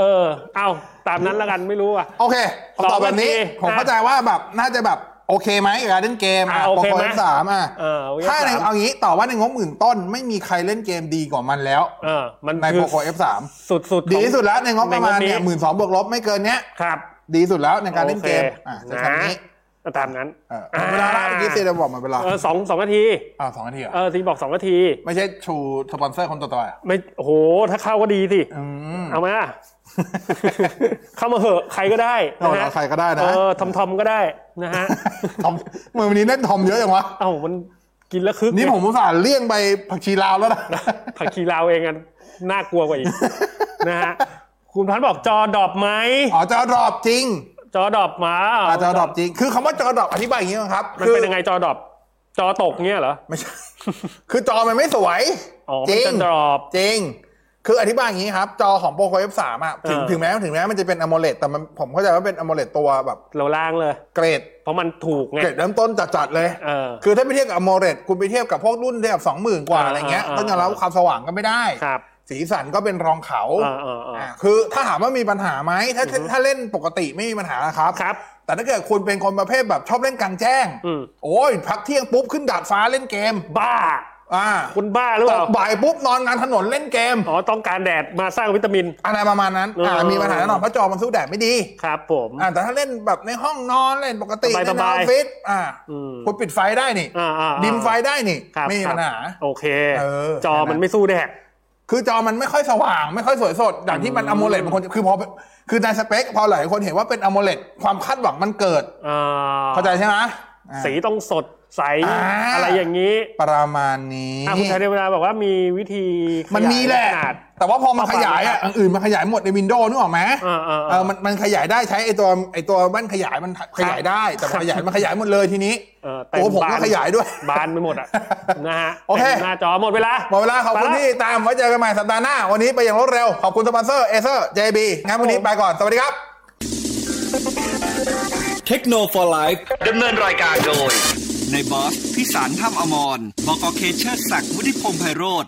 S3: เออ เอาตามนั้นแล้วกันไม่รู้อ่ะ
S4: โอเคผมตอบแบบ
S3: ส
S4: นี้
S3: องนาที
S4: ผมเข้าใจว่าแบบน่าจะแบบโอเคไหมเวลาเล่นเกม
S3: อ่าโอเคไหม
S4: โปรสามอ่ะ
S3: เออ F3
S4: ถ้าในเอางี้ต่อว่าในงบหมื่นต้นไม่มีใครเล่นเกมดีกว่ามันแล้ว
S3: เออ มัน
S4: ใน
S3: คื
S4: โป
S3: อ
S4: รโค F3
S3: สุดสุดๆของ
S4: ดีที่สุดแล้วในงบประมาณเนี่ย
S3: ในงบ
S4: ห
S3: นี้
S4: มื่นสองบวกลบไม่เกินเนี้ย
S3: ครับ
S4: ดีสุดแล้วในการเล่นเกม
S3: โอค
S4: อ่ะใช้
S3: นะ
S4: คำนี้
S3: ก็ตามนั้น
S4: เออเวลาละเมื่อกี้เซนบอกหมาเวลา
S3: เออสองสองนาที
S4: อ่าสองนาทีเหรอ
S3: เออทีบอกสองนาที
S4: ไม่ใช่ชูสปอนเซอร์คนต่อไปอะ
S3: ไม่ โอ้โห ถ้าเข้าก็ดีสิ
S4: อืม
S3: เอา มา เข้ามาเหอะ ใครก็ได้นะฮะ
S4: เอาใครก็ได้นะ
S3: เออทอมทอมก็ได้นะ ฮะ
S4: ทอมเมื่อวันนี้เล่นทอมเยอะจังวะ
S3: เอ้ามันกินแล้วคึก
S4: นี่
S3: ไง
S4: ผมอุตส่าห์เลี่ยงไปผักชีลาวแล้วนะ
S3: ผักชีลาวเองอะน่ากลัวกว่าอี ก นะฮะ คุณพันธ์บอกจอดรอบไหม
S4: อ๋อจอดรอบจริง
S3: จอดรอบหมา
S4: อ่าจอดรอบจริง คือคำว่าจอดรอบอธิบายอย่างนี้ก่อนครับ
S3: มัน
S4: คือ
S3: เป็นยังไงจอดรอบจอตกเงี้ยเหรอ
S4: ไม่ใช่ คือจอมันไม่สวย
S3: อ๋อ
S4: จ
S3: มัน
S4: ริง
S3: จะดรอบ
S4: จริง คืออธิบายอย่างนี้ครับ จอของโปรโคเอฟสามอะถึง
S3: เออ
S4: ถึงแม้ถึงแม้มันจะเป็นอะโมเลตแต่มันผมเข้าใจว่าเป็นอะโมเลตตัวแบบ
S3: เราล่างเลย
S4: เกรด
S3: เพราะมันถูกไง
S4: เกรดเริ่มต้นจัดๆเลย
S3: เออ
S4: คือถ้าไปเทียบกับอะโมเลตคุณไปเทียบกับพวกรุ่นที่แบบสองหมื่นกว่า
S3: อ่า
S4: อะไรเงี้ย
S3: อ่า
S4: ต้องยอมรับว่าความสว่างก็ไม่ได้
S3: ครับ
S4: สีสันก็เป็นรองเขา
S3: อ่าอ่าอ่า
S4: อ่าคือถ้าถามว่ามีปัญหาไหมถ้า
S3: อือฮึ
S4: ถ้าเล่นปกติไม่มีปัญหาครับ
S3: ครับ
S4: แต่ถ้าเกิดคุณเป็นคนประเภทแบบชอบเล่นกลางแจ้ง
S3: อืม
S4: โอ้ย พักเที่ยงปุ๊บขึ้นดาดฟ้าเล่นเกม
S3: บ้า
S4: อ่า
S3: คุณบ้าหรือ
S4: ต
S3: เปล่า
S4: กบ่ายปุ๊บนอนงานถนนเล่นเกม
S3: อ๋อ ต้องการแดดมาสร้างวิตามิน
S4: อะไรประมาณนั้น อ่า
S3: เออ
S4: มีปัญหาแน่นอนเพราะจอมันสู้แดดไม่ดี
S3: ครับผม
S4: อ่า แต่ถ้าเล่นแบบในห้องนอนเล่นปกติ
S3: สบายๆ
S4: ในออฟฟิศอ่า
S3: อืม
S4: คุณปิดไฟได้นี่
S3: อ่าอ่าอ่า
S4: ดิมไฟได้นี่
S3: ครับ
S4: ไม่มีปัญหา
S3: ครับโอเค
S4: เออ
S3: จอ
S4: ใช่ไหม
S3: มันไม่สู้แดด
S4: คือจอมันไม่ค่อยสว่าง ไม่ค่อยสวยสดอย่างที่มัน
S3: อืม
S4: อะโมเลตบางคนคือพอคือในสเปคพอหลายคนเห็นว่าเป็นอะโมเลตความคาดหวังมันเกิด
S3: อ่า
S4: เข้าใจใช่ไหมอ่า
S3: สีต้องสดใส
S4: อ่า
S3: อะไรอย่างนี้
S4: ประมาณนี้
S3: อ่ะคุณชายเดวนาบอกว่ามีวิธีขยาย
S4: มันมีแหละ
S3: ขนาด
S4: แต่ว่าพอมัน
S3: ข
S4: ข
S3: นาด
S4: ยายอ่ะอันอื่นมันขยายหมดในวินโดว์นึกออกไหม
S3: อ่าๆๆ
S4: เออมันมันขยายได้ใช้ไอตัวไอตัวบ้านขยายมันขยายได้ แต่พอขยายมันขยายหมดเลยทีนี้
S3: เออเต็ม
S4: ตัวผมก็
S3: บ้าน
S4: ขยายด้วย
S3: บานไปหมดอ่ะ นะฮะ
S4: โอเค
S3: ต็มหน้าจอหมดเวลา
S4: หมดเวลาขอบคุณที่ตามไว้เจอกันใหม่สัปดาห์หน้า วันนี้ไปอย่างรวดเร็ว ขอบคุณสปอนเซอร์เอเซอร์เจบีงั้นวันนี้ไปก่อน สวัสดีครับ
S1: เทคโนโลยีไลฟ์ดำเนินรายการโดย ในบอสพิสารถ้ำอมรบอกอเคเชอร์ศักดิ์วุฒิพงษ์ไพโรธ